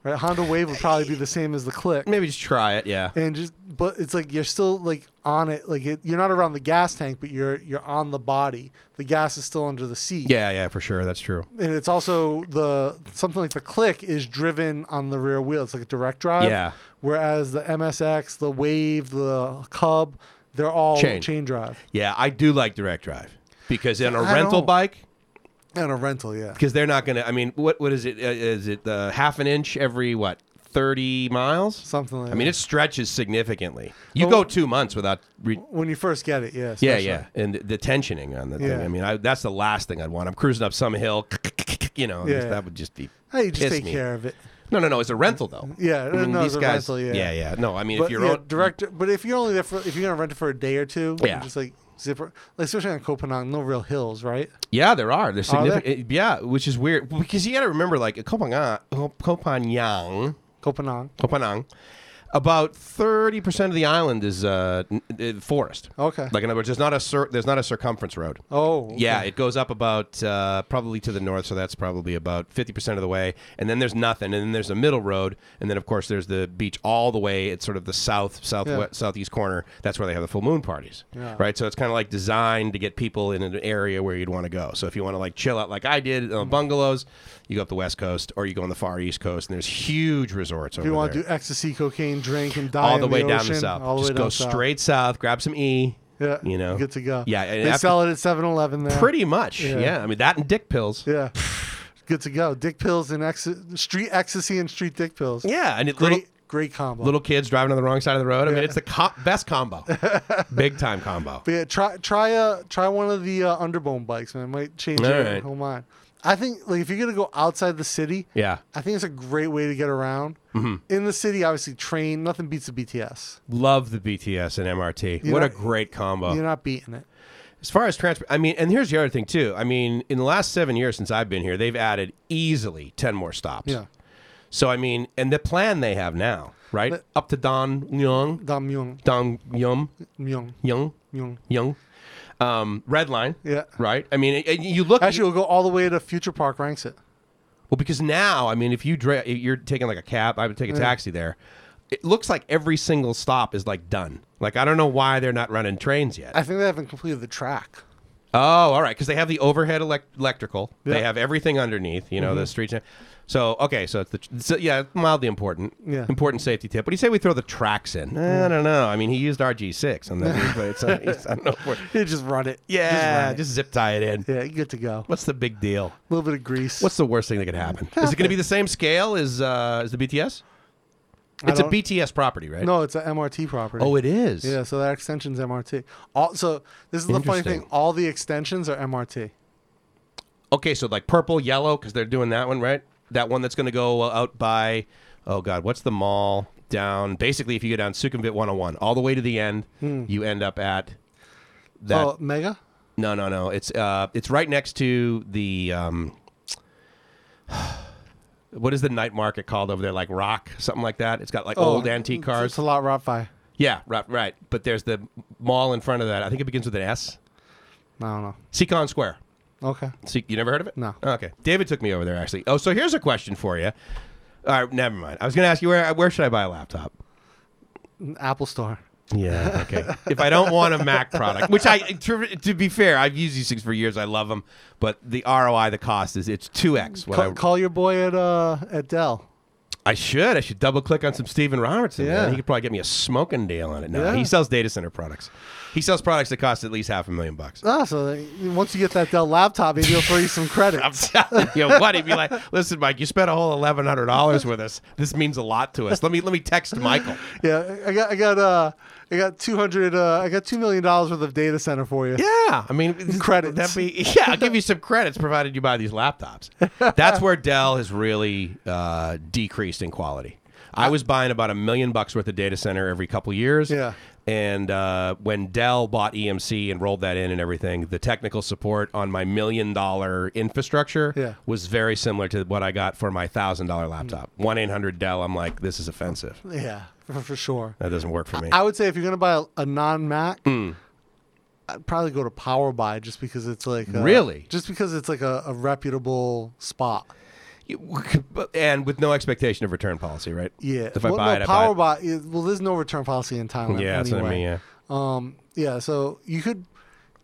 right? Honda Wave would probably be the same as the Click.
Maybe just try it. Yeah.
and just but it's like you're still like on it like it, you're not around the gas tank but you're you're on the body the gas is still under the seat
Yeah, yeah, for sure. That's true.
and it's also the something like the click is driven on the rear wheel it's like a direct drive
Yeah.
whereas the msx the wave the cub they're all chain,
Chain.
drive
Yeah, I do like direct drive because in a
I
rental
don't-
bike,
and a rental yeah
because they're not going to. I mean, what what is it? Uh, is it uh, half an inch every what thirty miles?
something like
I mean,
that.
it stretches significantly. You
Well-
go two months without. Re-
when you first get it yeah
yeah,
especially.
yeah, and the, the tensioning on the
Yeah.
thing. I mean, I, that's the last thing I'd want. I'm cruising up some hill, [LAUGHS] you know,
Yeah.
that would just be.
hey you just
piss
take
me.
care of it
No, no, no. It's a rental though.
Yeah,
I mean,
no,
these
it's a
guys.
rental, yeah.
yeah, yeah. No, I mean, if
But
you're
yeah,
on,
director, but if you're only there for, if you're gonna rent it for a day or two, you
Yeah.
just like zipper, like especially on Copenhagen, no real hills, right?
yeah, there are. There's
Are there?
significant. Yeah, which is weird because you got to remember, like Copenhagen, Copenhagen,
Copenhagen.
Copenhagen. About thirty percent of the island is uh, n- uh, forest.
Okay.
Like in other words, there's not a cir- there's not a circumference road.
Oh, okay.
Yeah, it goes up about uh, probably to the north, so that's probably about fifty percent of the way, and then there's nothing, and then there's a middle road, and then of course there's the beach all the way at sort of the south, south,
Yeah.
southeast corner. That's where they have the full moon parties,
Yeah.
right? So it's kind of like designed to get people in an area where you'd want to go. So if you want to like chill out, like I did
Mm.
on bungalows, you go up the west coast, or you go on the far east coast, and there's huge resorts.
If you want to do ecstasy, cocaine, drink, and die
all
in
the way down
ocean,
the south,
all the
just
way
go
down south.
straight south, grab some e.
Yeah,
you know,
good to go.
Yeah, and
they
after-
sell it at 7-Eleven there.
Pretty much,
Yeah.
yeah. I mean that and dick pills.
[LAUGHS] Yeah, good to go. Dick pills and ex- street ecstasy and street dick pills.
Yeah, and it
great,
little
great combo.
little kids driving on the wrong side of the road. I mean, it's the co-
[LAUGHS]
best combo, big time combo.
But yeah, try try uh try one of the uh, underbone bikes, man. It might change your
Alright.
whole mind. I think like if you're gonna go outside the city,
Yeah, Mm-hmm.
I think it's a great way to get around. In the city, obviously, train nothing beats the BTS.
love the BTS and MRT. what
know-
a great combo.
You're not beating it.
as far as transport, I mean, and here's the other thing too. I mean, in the last seven years since I've been here, they've added easily ten more stops.
Yeah,
So I mean, and the plan they have now, right,
But-
up to Don Young,
Dom Myung,
Don Yum
Myung,
Young
Myung.
Young, um, Red Line.
Yeah.
Right. I mean, and you look
Actually, we'll go all the way to Future Park ranks it.
Well, because now, I mean, if you dra- if you're taking like a cab, I would take a taxi there. It looks like every single stop is like done. Like I don't know why they're not running trains yet.
I think they haven't completed the [LAUGHS] track.
oh, all right, because they have the overhead elec- electrical.
Yeah. Mm-hmm.
They have everything underneath. You know the street. So okay, so it's the tr- so, yeah, mildly important.
Yeah.
important safety tip. What do you say we throw the tracks in? Eh, I don't know. I mean, he used RG six on
[LAUGHS]
that, but it's, uh, it's I don't know. if we're-
You just run it.
yeah,
just,
just zip tie it in.
run it. yeah, you're good to go. A
What's the big deal?
little bit of grease.
What's the worst thing that could happen? Is it going to be the same scale as uh, as the BTS?
I
It's a
don't-
BTS property, right?
No, it's an MRT property.
Oh, it is.
Yeah, so that extension's MRT. All, so this is the funny thing.
Interesting.
All the extensions are MRT.
Okay, so like purple, yellow, because they're doing that one, right? That one that's going to go uh, out by, oh God, what's the mall down? Basically, if you go down Sukhumvit 101 all the way to the end,
Hmm.
you end up at that.
oh, Mega?
No, no, no. It's uh, it's right next to the um. [SIGHS] What is the night market called over there? Like rock, something like that. It's got like old
Oh,
antique
it's-
cars.
It's a lot Rottweiler.
Yeah, right, right. But there's the mall in front of that. I think it begins with an S.
I don't know.
Seacon Square.
Okay.
See, you never heard of it? Oh,
No.
Okay. David took me over there actually. Oh, so here's a question for you. All right, never mind. I was going to ask you where where should I buy a laptop?
Apple Store.
Yeah. Okay. [LAUGHS] if I don't want a Mac product, which I to, to be fair, I've used these things for years. I love them, but the ROI, the cost is it's two x. What
Ca-
I,
call your boy at uh at Dell.
I should I should double click on some Steven Robertson.
Yeah.
Yeah. He could probably get me a smoking deal on it. No,
Yeah.
he sells data center products. He sells products that cost at least half a million bucks.
Oh, so they- once you get that Dell laptop, maybe he'll throw you some credit.
[LAUGHS] I'm telling you, what he'd be like. Listen, Mike, you spent a whole eleven hundred dollars with us. This means a lot to us. Let me let me text Michael.
yeah, I got I got uh I got two hundred uh I got two million dollars worth of data center for you.
Yeah, I mean [LAUGHS] this-
Credits.
That'd be yeah. I'll give you some credits provided you buy these laptops. That's where Dell has really uh, decreased in quality. I was buying about a million bucks worth of data center every couple years.
Yeah.
And uh, when Dell bought EMC and rolled that in and everything, the technical support on my million dollar infrastructure
Yeah. Hmm.
was very similar to what I got for my thousand dollar laptop. One eight hundred Dell. I'm like, this is offensive.
Yeah, for, for sure.
That doesn't work for me.
I would say if you're gonna buy a, a non Mac,
Hmm.
I'd probably go to Power Buy just because it's like uh,
Really?
just because it's like a, a reputable spot.
[LAUGHS] and with no expectation of return policy, right?
Yeah.
If I
well,
buy
no,
it, I buy
Power
it.
Buy. is- Well, there's no return policy in Thailand.
Yeah, that's
anyway.
what I mean. Yeah.
Um, yeah, so you could.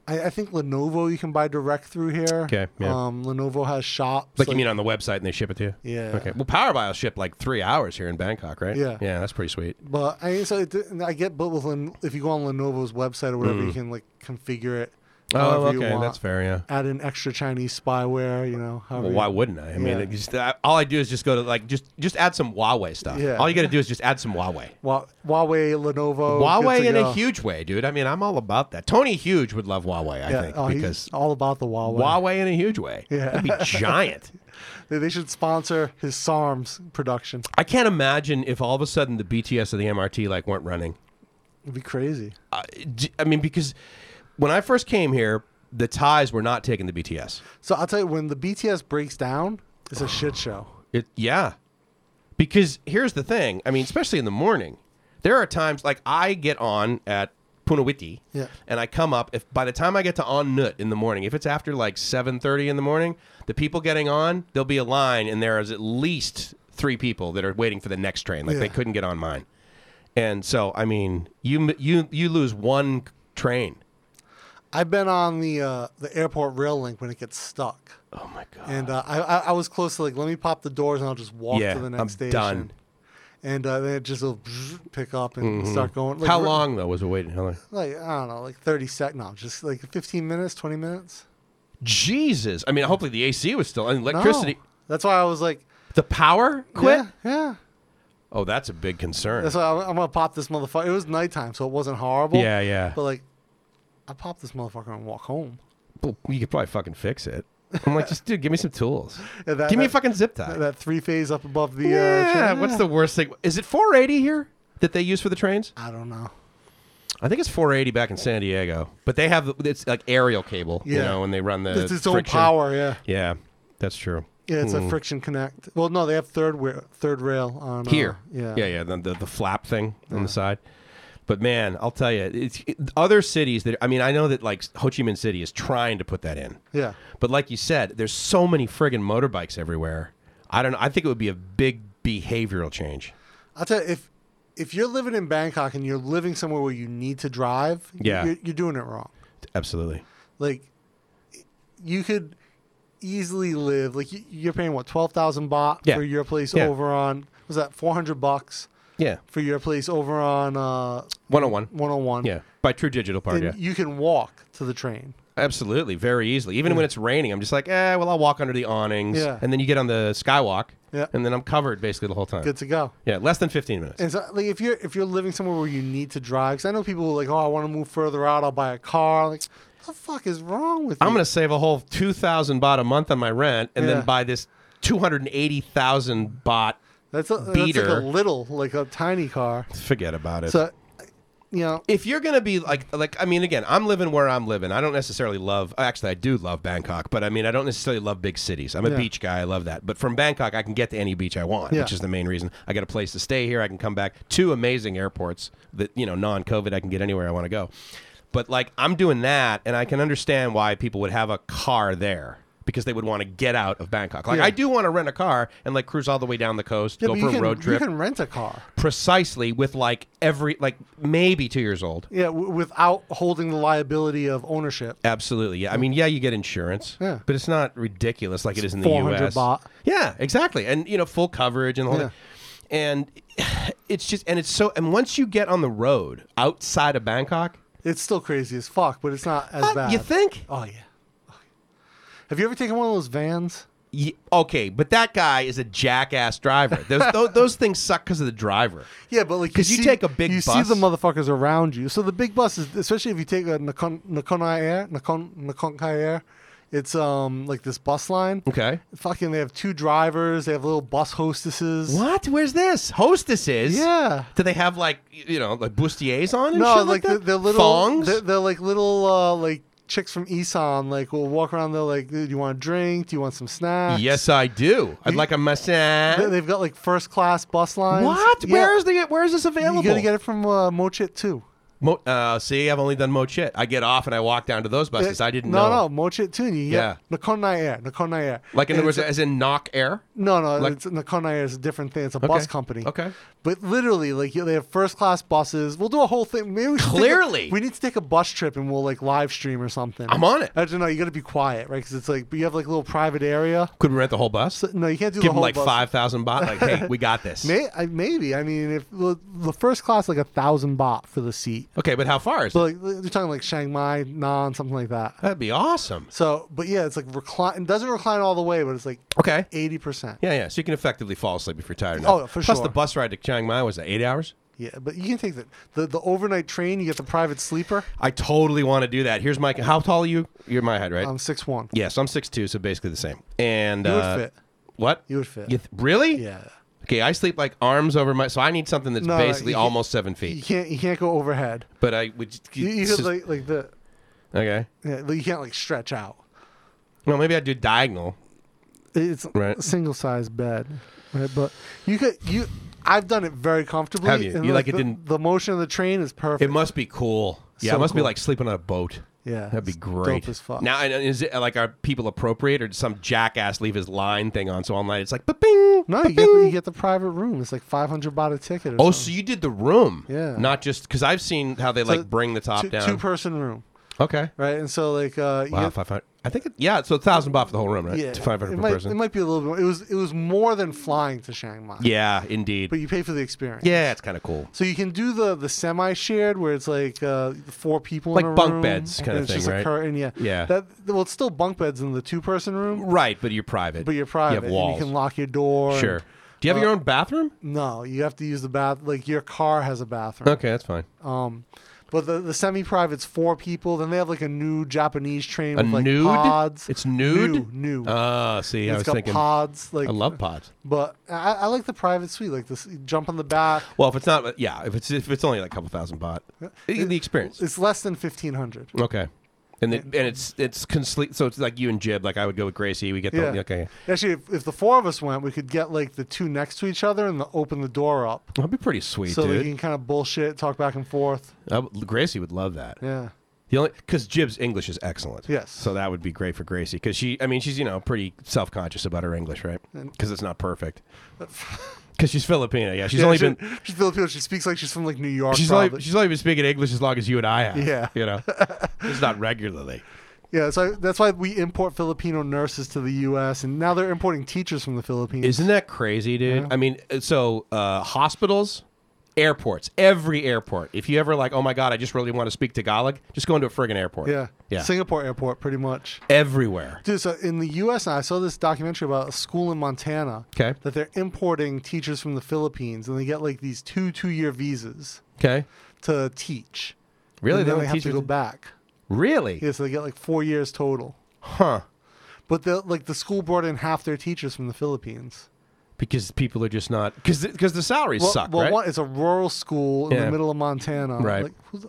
I, I think Lenovo you can buy direct through here.
Okay, yeah.
Um, Lenovo has shops.
Like, you mean on the website and they ship it to you?
Yeah.
Okay. Well, Power Buy will ship like three hours here in Bangkok, right?
Yeah.
Yeah, that's pretty sweet.
But I mean, so it, and I get, but with Len, if you go on Lenovo's website or whatever, you can like configure it.
Hmm. Oh,
however you
okay.
want.
That's fair. Yeah.
Add an extra Chinese spyware, you know. However
Well,
you-
why wouldn't I? I mean,
Yeah.
it just, I- all I do is just go to like just just add some Huawei stuff.
Yeah.
All you got to do is just add some Huawei.
Wa- Huawei, Lenovo. Oh, good
Huawei
to
in
go.
a huge way, dude. I mean, I'm all about that. Tony Huge would love Huawei, I
Yeah,
think,
oh, he's
because
all about the Huawei.
Huawei in a huge way.
Yeah. [LAUGHS]
That'd be giant.
They- They should sponsor his SARMs production.
I can't imagine if all of a sudden the BTS or the MRT like weren't running.
It'd be crazy.
I, d- I mean, because when I first came here, the ties were not taking the BTS.
So I'll tell you, when the BTS breaks down, it's a shit show.
It yeah. Because here's the thing. I mean, especially in the morning, there are times like I get on at Punawiti,
Yeah.
and I come up. If by the time I get to on Nut in the morning, if it's after like seven thirty in the morning, the people getting on, there'll be a line, and there is at least three people that are waiting for the next train. Like they
Yeah.
couldn't get on mine, and so I mean, you you you lose one train.
I've been on the uh, the airport rail link when it gets stuck,
Oh my god.
and uh, I, I I was close to like let me pop the doors and I'll just walk
Yeah,
to the next
I'm
station.
done.
And uh, then it just will pick up and
Mm-hmm.
start going. Like,
How
we're-
long though was it waiting? How long?
Like I don't know, like thirty seconds. No, just like fifteen minutes, twenty minutes.
Jesus! I mean, hopefully the AC was still and electricity.
No. That's why I was like,
The power quit.
Yeah, yeah.
Oh, that's a big concern.
That's why I'm, I'm gonna pop this motherfucker. It was nighttime, so it wasn't horrible.
Yeah, yeah.
But like, I pop this motherfucker and walk home.
Well, you could probably fucking fix it. I'm like, just dude, give me some tools.
[LAUGHS] Yeah, that-
give me a
that-
fucking zip tie.
That three phase up above the.
yeah.
Uh, train.
What's the worst thing? Is it 480 here that they use for the trains?
I don't know.
I think it's 480 back in San Diego, but they have it's like aerial cable, you
Yeah.
know, and they run the
It's its own
Uh, friction. Hmm.
power. Yeah.
Yeah, that's true.
Yeah, it's a friction connect. Well, no, they have third wa- third rail on uh,
Here,
yeah,
yeah, yeah. The the, the flap thing on the side. But man, I'll tell you, it's it, other cities that I mean, I know that like Ho Chi Minh City is trying to put that in.
yeah.
But like you said, there's so many friggin' motorbikes everywhere. I don't know. I think it would be a big behavioral change.
I'll tell you if if you're living in Bangkok and you're living somewhere where you need to drive, y-
Yeah.
you're, you're doing it wrong.
Absolutely.
Like, you could easily live like y- you're paying what twelve thousand baht
Yeah.
for your place
Yeah.
over on was that four hundred bucks
Yeah.
for your place over on uh
101.
one hundred one.
Yeah. By True Digital Park.
and
Yeah.
you can walk to the train.
Absolutely. Very easily. Even when it's raining, I'm just like, eh, well, I'll walk under the awnings.
Yeah.
And then you get on the skywalk.
Yeah.
And then I'm covered basically the whole time.
Good to go.
Yeah. Less than 15 minutes.
And so, like, if you're if you're living somewhere where you need to drive, because I know people who are like, oh, I want to move further out, I'll buy a car. Like, the fuck is wrong with you?
I'm going to save a whole 2,000 baht a month on my rent and
Yeah.
then buy this 280,000 baht.
that's a, That's
beater.
like a little, like a tiny car.
Forget about it.
So, you know,
if you're gonna be like like I mean again, I'm living where I'm living. I don't necessarily love actually I do love Bangkok, but I mean I don't necessarily love big cities. I'm a
Yeah.
beach guy, I love that. But from Bangkok I can get to any beach I want,
Yeah.
which is the main reason. I got a place to stay here, I can come back. Two amazing airports that, you know, non COVID I can get anywhere I want to go. But like I'm doing that and I can understand why people would have a car there. Because they would want to get out of Bangkok. Like
Yeah.
I do want to rent a car and like cruise all the way down the coast,
yeah,
go
but
for
you
a
can,
road trip.
you can rent a car.
Precisely with like every like maybe two years old.
Yeah, w- without holding the liability of ownership.
Absolutely. Yeah. I mean, yeah, you get insurance,
Yeah.
but it's not ridiculous like it is in the
400
U.S.
baht.
Yeah, exactly. And you know, full coverage and the whole
Yeah.
thing. And [SIGHS] it's just and it's so and once you get on the road outside of Bangkok,
It's still crazy as fuck, but it's not as
uh,
bad.
you think?
Oh yeah. Oh, yeah. Have you ever taken one of those vans?
Ye- okay, but that guy is a
[LAUGHS]
jackass driver. Those those, those things suck because of the driver.
Yeah, but like
'Cause you
see-
take a big
you
bus.
see the motherfuckers around you. So the big bus is especially if you take a Nakon Nakonai Air, Nakon Nakonkai Air, it's um like this bus line.
Okay.
Fucking, they have two drivers. They have little bus hostesses.
What? Where's this? Hostesses?
Yeah.
Do they have like y- you know like bustiers on and
No, like
shit like,
they're,
that?
they're little.
thongs.
They're, they're like little uh like chicks from Isan. Like will walk around. They're like, do you want a drink? Do you want some snacks?
yes, I do. I'd like a massage.
They, have got like first class bus lines.
What?
Yeah.
Where is the? Where is this
you
available?
gotta get it from uh, Mochit too.
Mo- uh, see, I've only done Mochit. I get off and I walk down to those buses. I didn't
Uh, no, No,
know.
no, Mochit too. and You yeah. Nakonai Air. Nakonai Air.
Like in
And
other words,
it's-
as in knock air.
No, no,
Like-
it's, Nakona Air is a different thing. It's a bus
Okay.
company.
Okay.
But literally, like you- they have first class buses. We'll do a whole thing. Maybe we should take a-
Clearly.
we need to take a bus trip and we'll like live stream or something.
I'm on it.
I don't know. You got to be quiet, right? Because it's like but you have like a little private area.
Could we rent the whole bus?
No, you can't do the
Give them
whole
like
bus.
five thousand baht. Like, hey, we got this.
May, I, maybe. I mean, if the, the first class like a thousand baht for the seat.
Okay, but how far is
So
it?
like you're talking like Chiang Mai, Nan, something like that.
That'd be awesome.
So, but yeah, it's like recline. It doesn't recline all the way, but it's like
Okay.
eighty percent.
Yeah, yeah. So you can effectively fall asleep if you're tired. enough.
Oh, for
Plus
sure.
the bus ride to Chiang Mai was that eight hours.
Yeah, but you can take the, the the overnight train. You get the private sleeper.
I totally want to do that. Here's my. How tall are you? You're my height, right?
I'm six one.
yeah, so I'm six two, so basically the same. And
Um, You would
uh,
fit.
What?
You would fit.
You th- really?
yeah.
Okay, I sleep like arms over my. So I need something that's
No, no,
basically
you-
almost seven
You
feet.
can't you can't go overhead.
But I would. just-
You, you
it's
could
just-
like like the
okay.
yeah, like, you can't like stretch out.
Well, maybe I'd do diagonal.
It's
Right.
a single size bed, right? But you could you. I've done it very comfortably.
Have you?
and,
You like it
the,
didn't-
The motion of the train is
It
perfect.
must be cool. Yeah,
So
it must be
cool.
like sleeping on a boat.
yeah,
That'd be
it's
great.
Dope as fuck.
Now, and is it like are people appropriate or did some jackass leave his line thing on? So online, it's like, bing.
no, you get the, you get the private room. It's like five hundred baht a ticket. Or
Oh, so
something.
you did the room?
Yeah.
Not just because I've seen how they
So
like bring the top
two,
down.
two person room,
okay.
right? And so like uh,
Wow,
you get,
five hundred. I think it, yeah. So thousand baht for the whole room, right?
yeah,
five hundred
it
per
might,
person.
It might be a little bit. More. It was it was more than flying to Chiang Mai.
yeah, indeed.
but you pay for the experience.
yeah, it's kind of cool.
So you can do the the semi shared where it's like uh, four people
Like
in a
bunk
room,
beds kinda
and it's
thing,
just
right?
A curtain, yeah.
Yeah.
That well, it's still bunk beds in the two person room,
Right, but you're private.
but you're private.
You have
and
walls.
you can Uh, lock your door. and-
sure. Do you have your own bathroom?
no, you have to use the bath. Like your car has a bathroom.
Okay, that's fine.
Um, but the the semi private's four people. Then they have like a new Japanese train
A
with like
nude?
pods.
It's nude.
New. new.
Ah, see, I
it's
was
got
thinking.
pods. Like
I love pods.
But I, I like the private suite. Like this, you jump on the back.
Well, if it's not, yeah, if it's if it's only like a couple thousand baht, the experience.
It's less than fifteen hundred.
Okay. And it, and it's it's complete. So it's like you and Jib. Like I would go with Gracie. We get the
Yeah.
okay.
Actually, if, if the four of us went, we could get like the two next to each other and the, open the door up,
That'd be pretty sweet,
so we
dude.
can kind of bullshit, talk back and forth.
I would- Gracie would love that.
Yeah,
The only because Jib's English is excellent.
Yes.
So that would be great for Gracie because she. I mean, she's you know pretty self conscious about her English, right? Because it's
[LAUGHS]
not perfect. Because she's Filipina. Yeah. She's
Yeah, [LAUGHS]
only
she-
been
she's Filipino. She speaks like she's from like New York.
she's
probably.
only she's only been speaking English as long as you and I have.
Yeah.
[LAUGHS] You know, it's not regularly.
yeah, so that's why we import Filipino nurses to the U.S. and now they're importing teachers from the Philippines.
Isn't that crazy, dude? I mean, uh, so uh, hospitals, airports, every airport. If you ever like, oh my god, I just really want to speak Tagalog, just go into a friggin' airport.
yeah,
yeah,
Singapore airport, pretty much.
everywhere.
Dude, so in the U.S., I saw this documentary about a school in Montana.
'Kay.
That they're importing teachers from the Philippines, and they get like these two two-year visas
Okay,
to teach.
really?
And then
don't
they have to
teach
go
you-
back.
Really?
Yeah, so they get like four years total.
Huh?
But the like the school brought in half their teachers from the Philippines.
Because people are just not because because the salaries
Well,
suck,
well
right?
one, it's a rural school in
Yeah.
the middle of Montana.
Right.
Like, who's,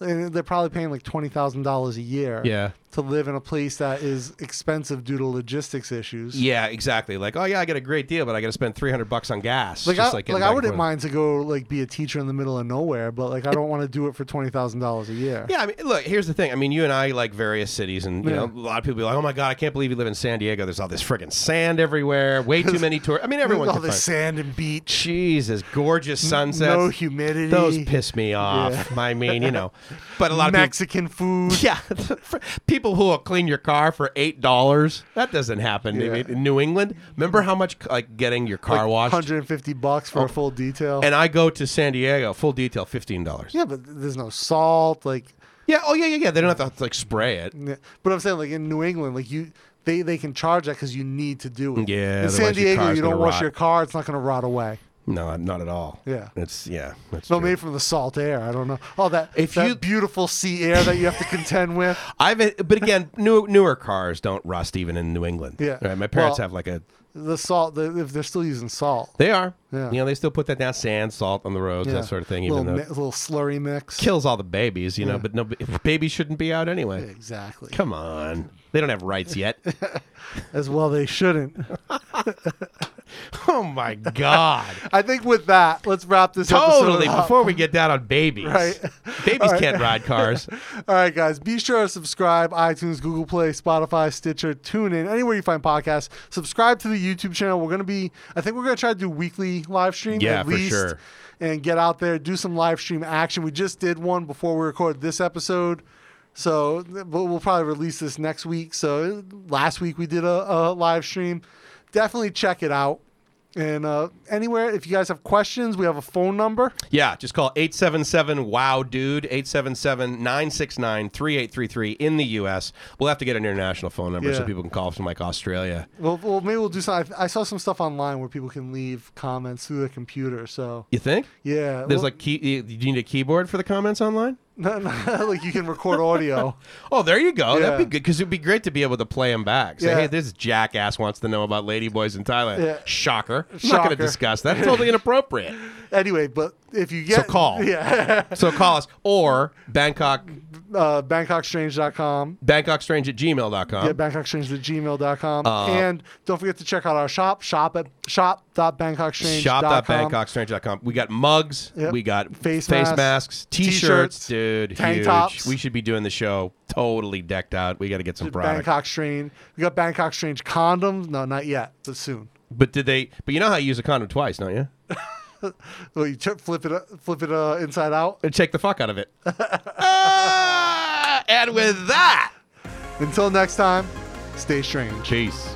and they're probably paying like twenty thousand dollars a year.
Yeah.
To live in a place that is expensive due to logistics issues.
Yeah, exactly. Like, oh yeah, I get a great deal, but I got to spend three hundred bucks on gas.
Like,
just
I,
like,
like,
getting
I
back and
wouldn't
forth.
mind to go like be a teacher in the middle of nowhere, but like I don't want to do it for twenty thousand dollars a year.
Yeah, I mean, look, here's the thing. I mean, you and I like various cities, and you
Yeah.
know, a lot of people be like, "Oh my god, I can't believe you live in San Diego. There's all this friggin' sand everywhere.
[LAUGHS]
Way too many tourists. I mean, everyone.
all
can
the
find-
sand and beach,
Jesus, gorgeous sunsets.
no humidity,
Those piss me off. I mean,
[LAUGHS]
you know, but a lot of
Mexican food.
people, [LAUGHS] yeah, for people who will clean your car for eight dollars. That doesn't happen
Yeah.
in, in New England. Remember how much like getting your car washed?
150 bucks for a full detail.
And I go to San Diego, full detail, fifteen dollars. Yeah.
yeah, but there's no salt. Like,
Oh yeah, yeah, yeah. They don't have to like spray it.
n- but I'm saying like in New England, like you, they they can charge that because you need to do it.
Yeah,
In San
otherwise your
Diego,
car's
you don't
gonna
wash
rot.
your car; it's not going to rot away.
No, not at all.
Yeah.
It's yeah. That's
No,
true.
maybe from the salt air. I don't know. All that
If
that
you-
beautiful sea air that you have to contend with.
I've eh, but again, new, newer cars don't rust even in New England.
Yeah.
Right? My parents
Well-
have like a
The salt, the, if they're still using salt,
They are.
Yeah.
You know, they still put that down sand, salt on the roads, that sort of thing, even
Little,
though
mi-
it
little slurry mix.
kills all the babies, you know,
Yeah.
but no babies shouldn't be out anyway.
exactly.
Come on. They don't have
[LAUGHS]
rights yet.
As well, they shouldn't.
[LAUGHS] oh my god.
I think with that, let's wrap this episode
totally
up.
before we get down on babies.
Right.
Babies can't
[LAUGHS]
ride cars.
All right, guys, be sure to subscribe iTunes, Google Play, Spotify, Stitcher, TuneIn, anywhere you find podcasts. Subscribe to the YouTube channel. We're going to be, I think we're going to try to do weekly live stream.
Yeah,
at
for
least,
sure.
And get out there, do some live stream action. We just did one before we recorded this episode. So th- but we'll probably release this next week. So last week we did a, a live stream. Definitely check it out. And uh, anywhere, if you guys have questions, we have a phone number.
Yeah, just call 877 WOW DUDE, 877 969 3833 in the U.S. We'll have to get an international phone number so
Yeah.
people can call from like Australia.
Well, well, maybe we'll do some. I, I saw some stuff online where people can leave comments through the computer. So
You think?
yeah, well, [LAUGHS]
There's like, key, do you need a keyboard for the comments online?
[LAUGHS] like you can record
[LAUGHS]
audio.
Oh, there you go.
Yeah.
That'd be good because it'd be great to be able to play them back. Say,
Yeah.
hey, this jackass wants to know about ladyboys in Thailand.
Yeah.
Shocker. I'm not
Shocker.
going to discuss that. Totally inappropriate.
anyway, but if you get [LAUGHS]
call.
yeah,
So call us or Bangkok
uh, BangkokStrange.com.
BangkokStrange at gmail.com.
Yeah, BangkokStrange at gmail.com.
Uh,
and don't forget to check out our shop, shop at shop.bangkokstrange.com.
Shop.bangkokstrange.com. We got mugs.
Yep.
We got
Face
face,
masks,
masks,
t-shirts,
t-shirts, dude.
tank
huge.
tops.
We should be doing the show totally decked out. We got to get some product.
Bangkok Strange. We got Bangkok Strange condoms. No, not yet, but soon.
But did they? But you know how you use a condom twice, don't you?
Well, you tur- flip it, flip it uh, inside out.
And take the fuck out of it. Ah, and with that,
Until next time, stay strange.
peace.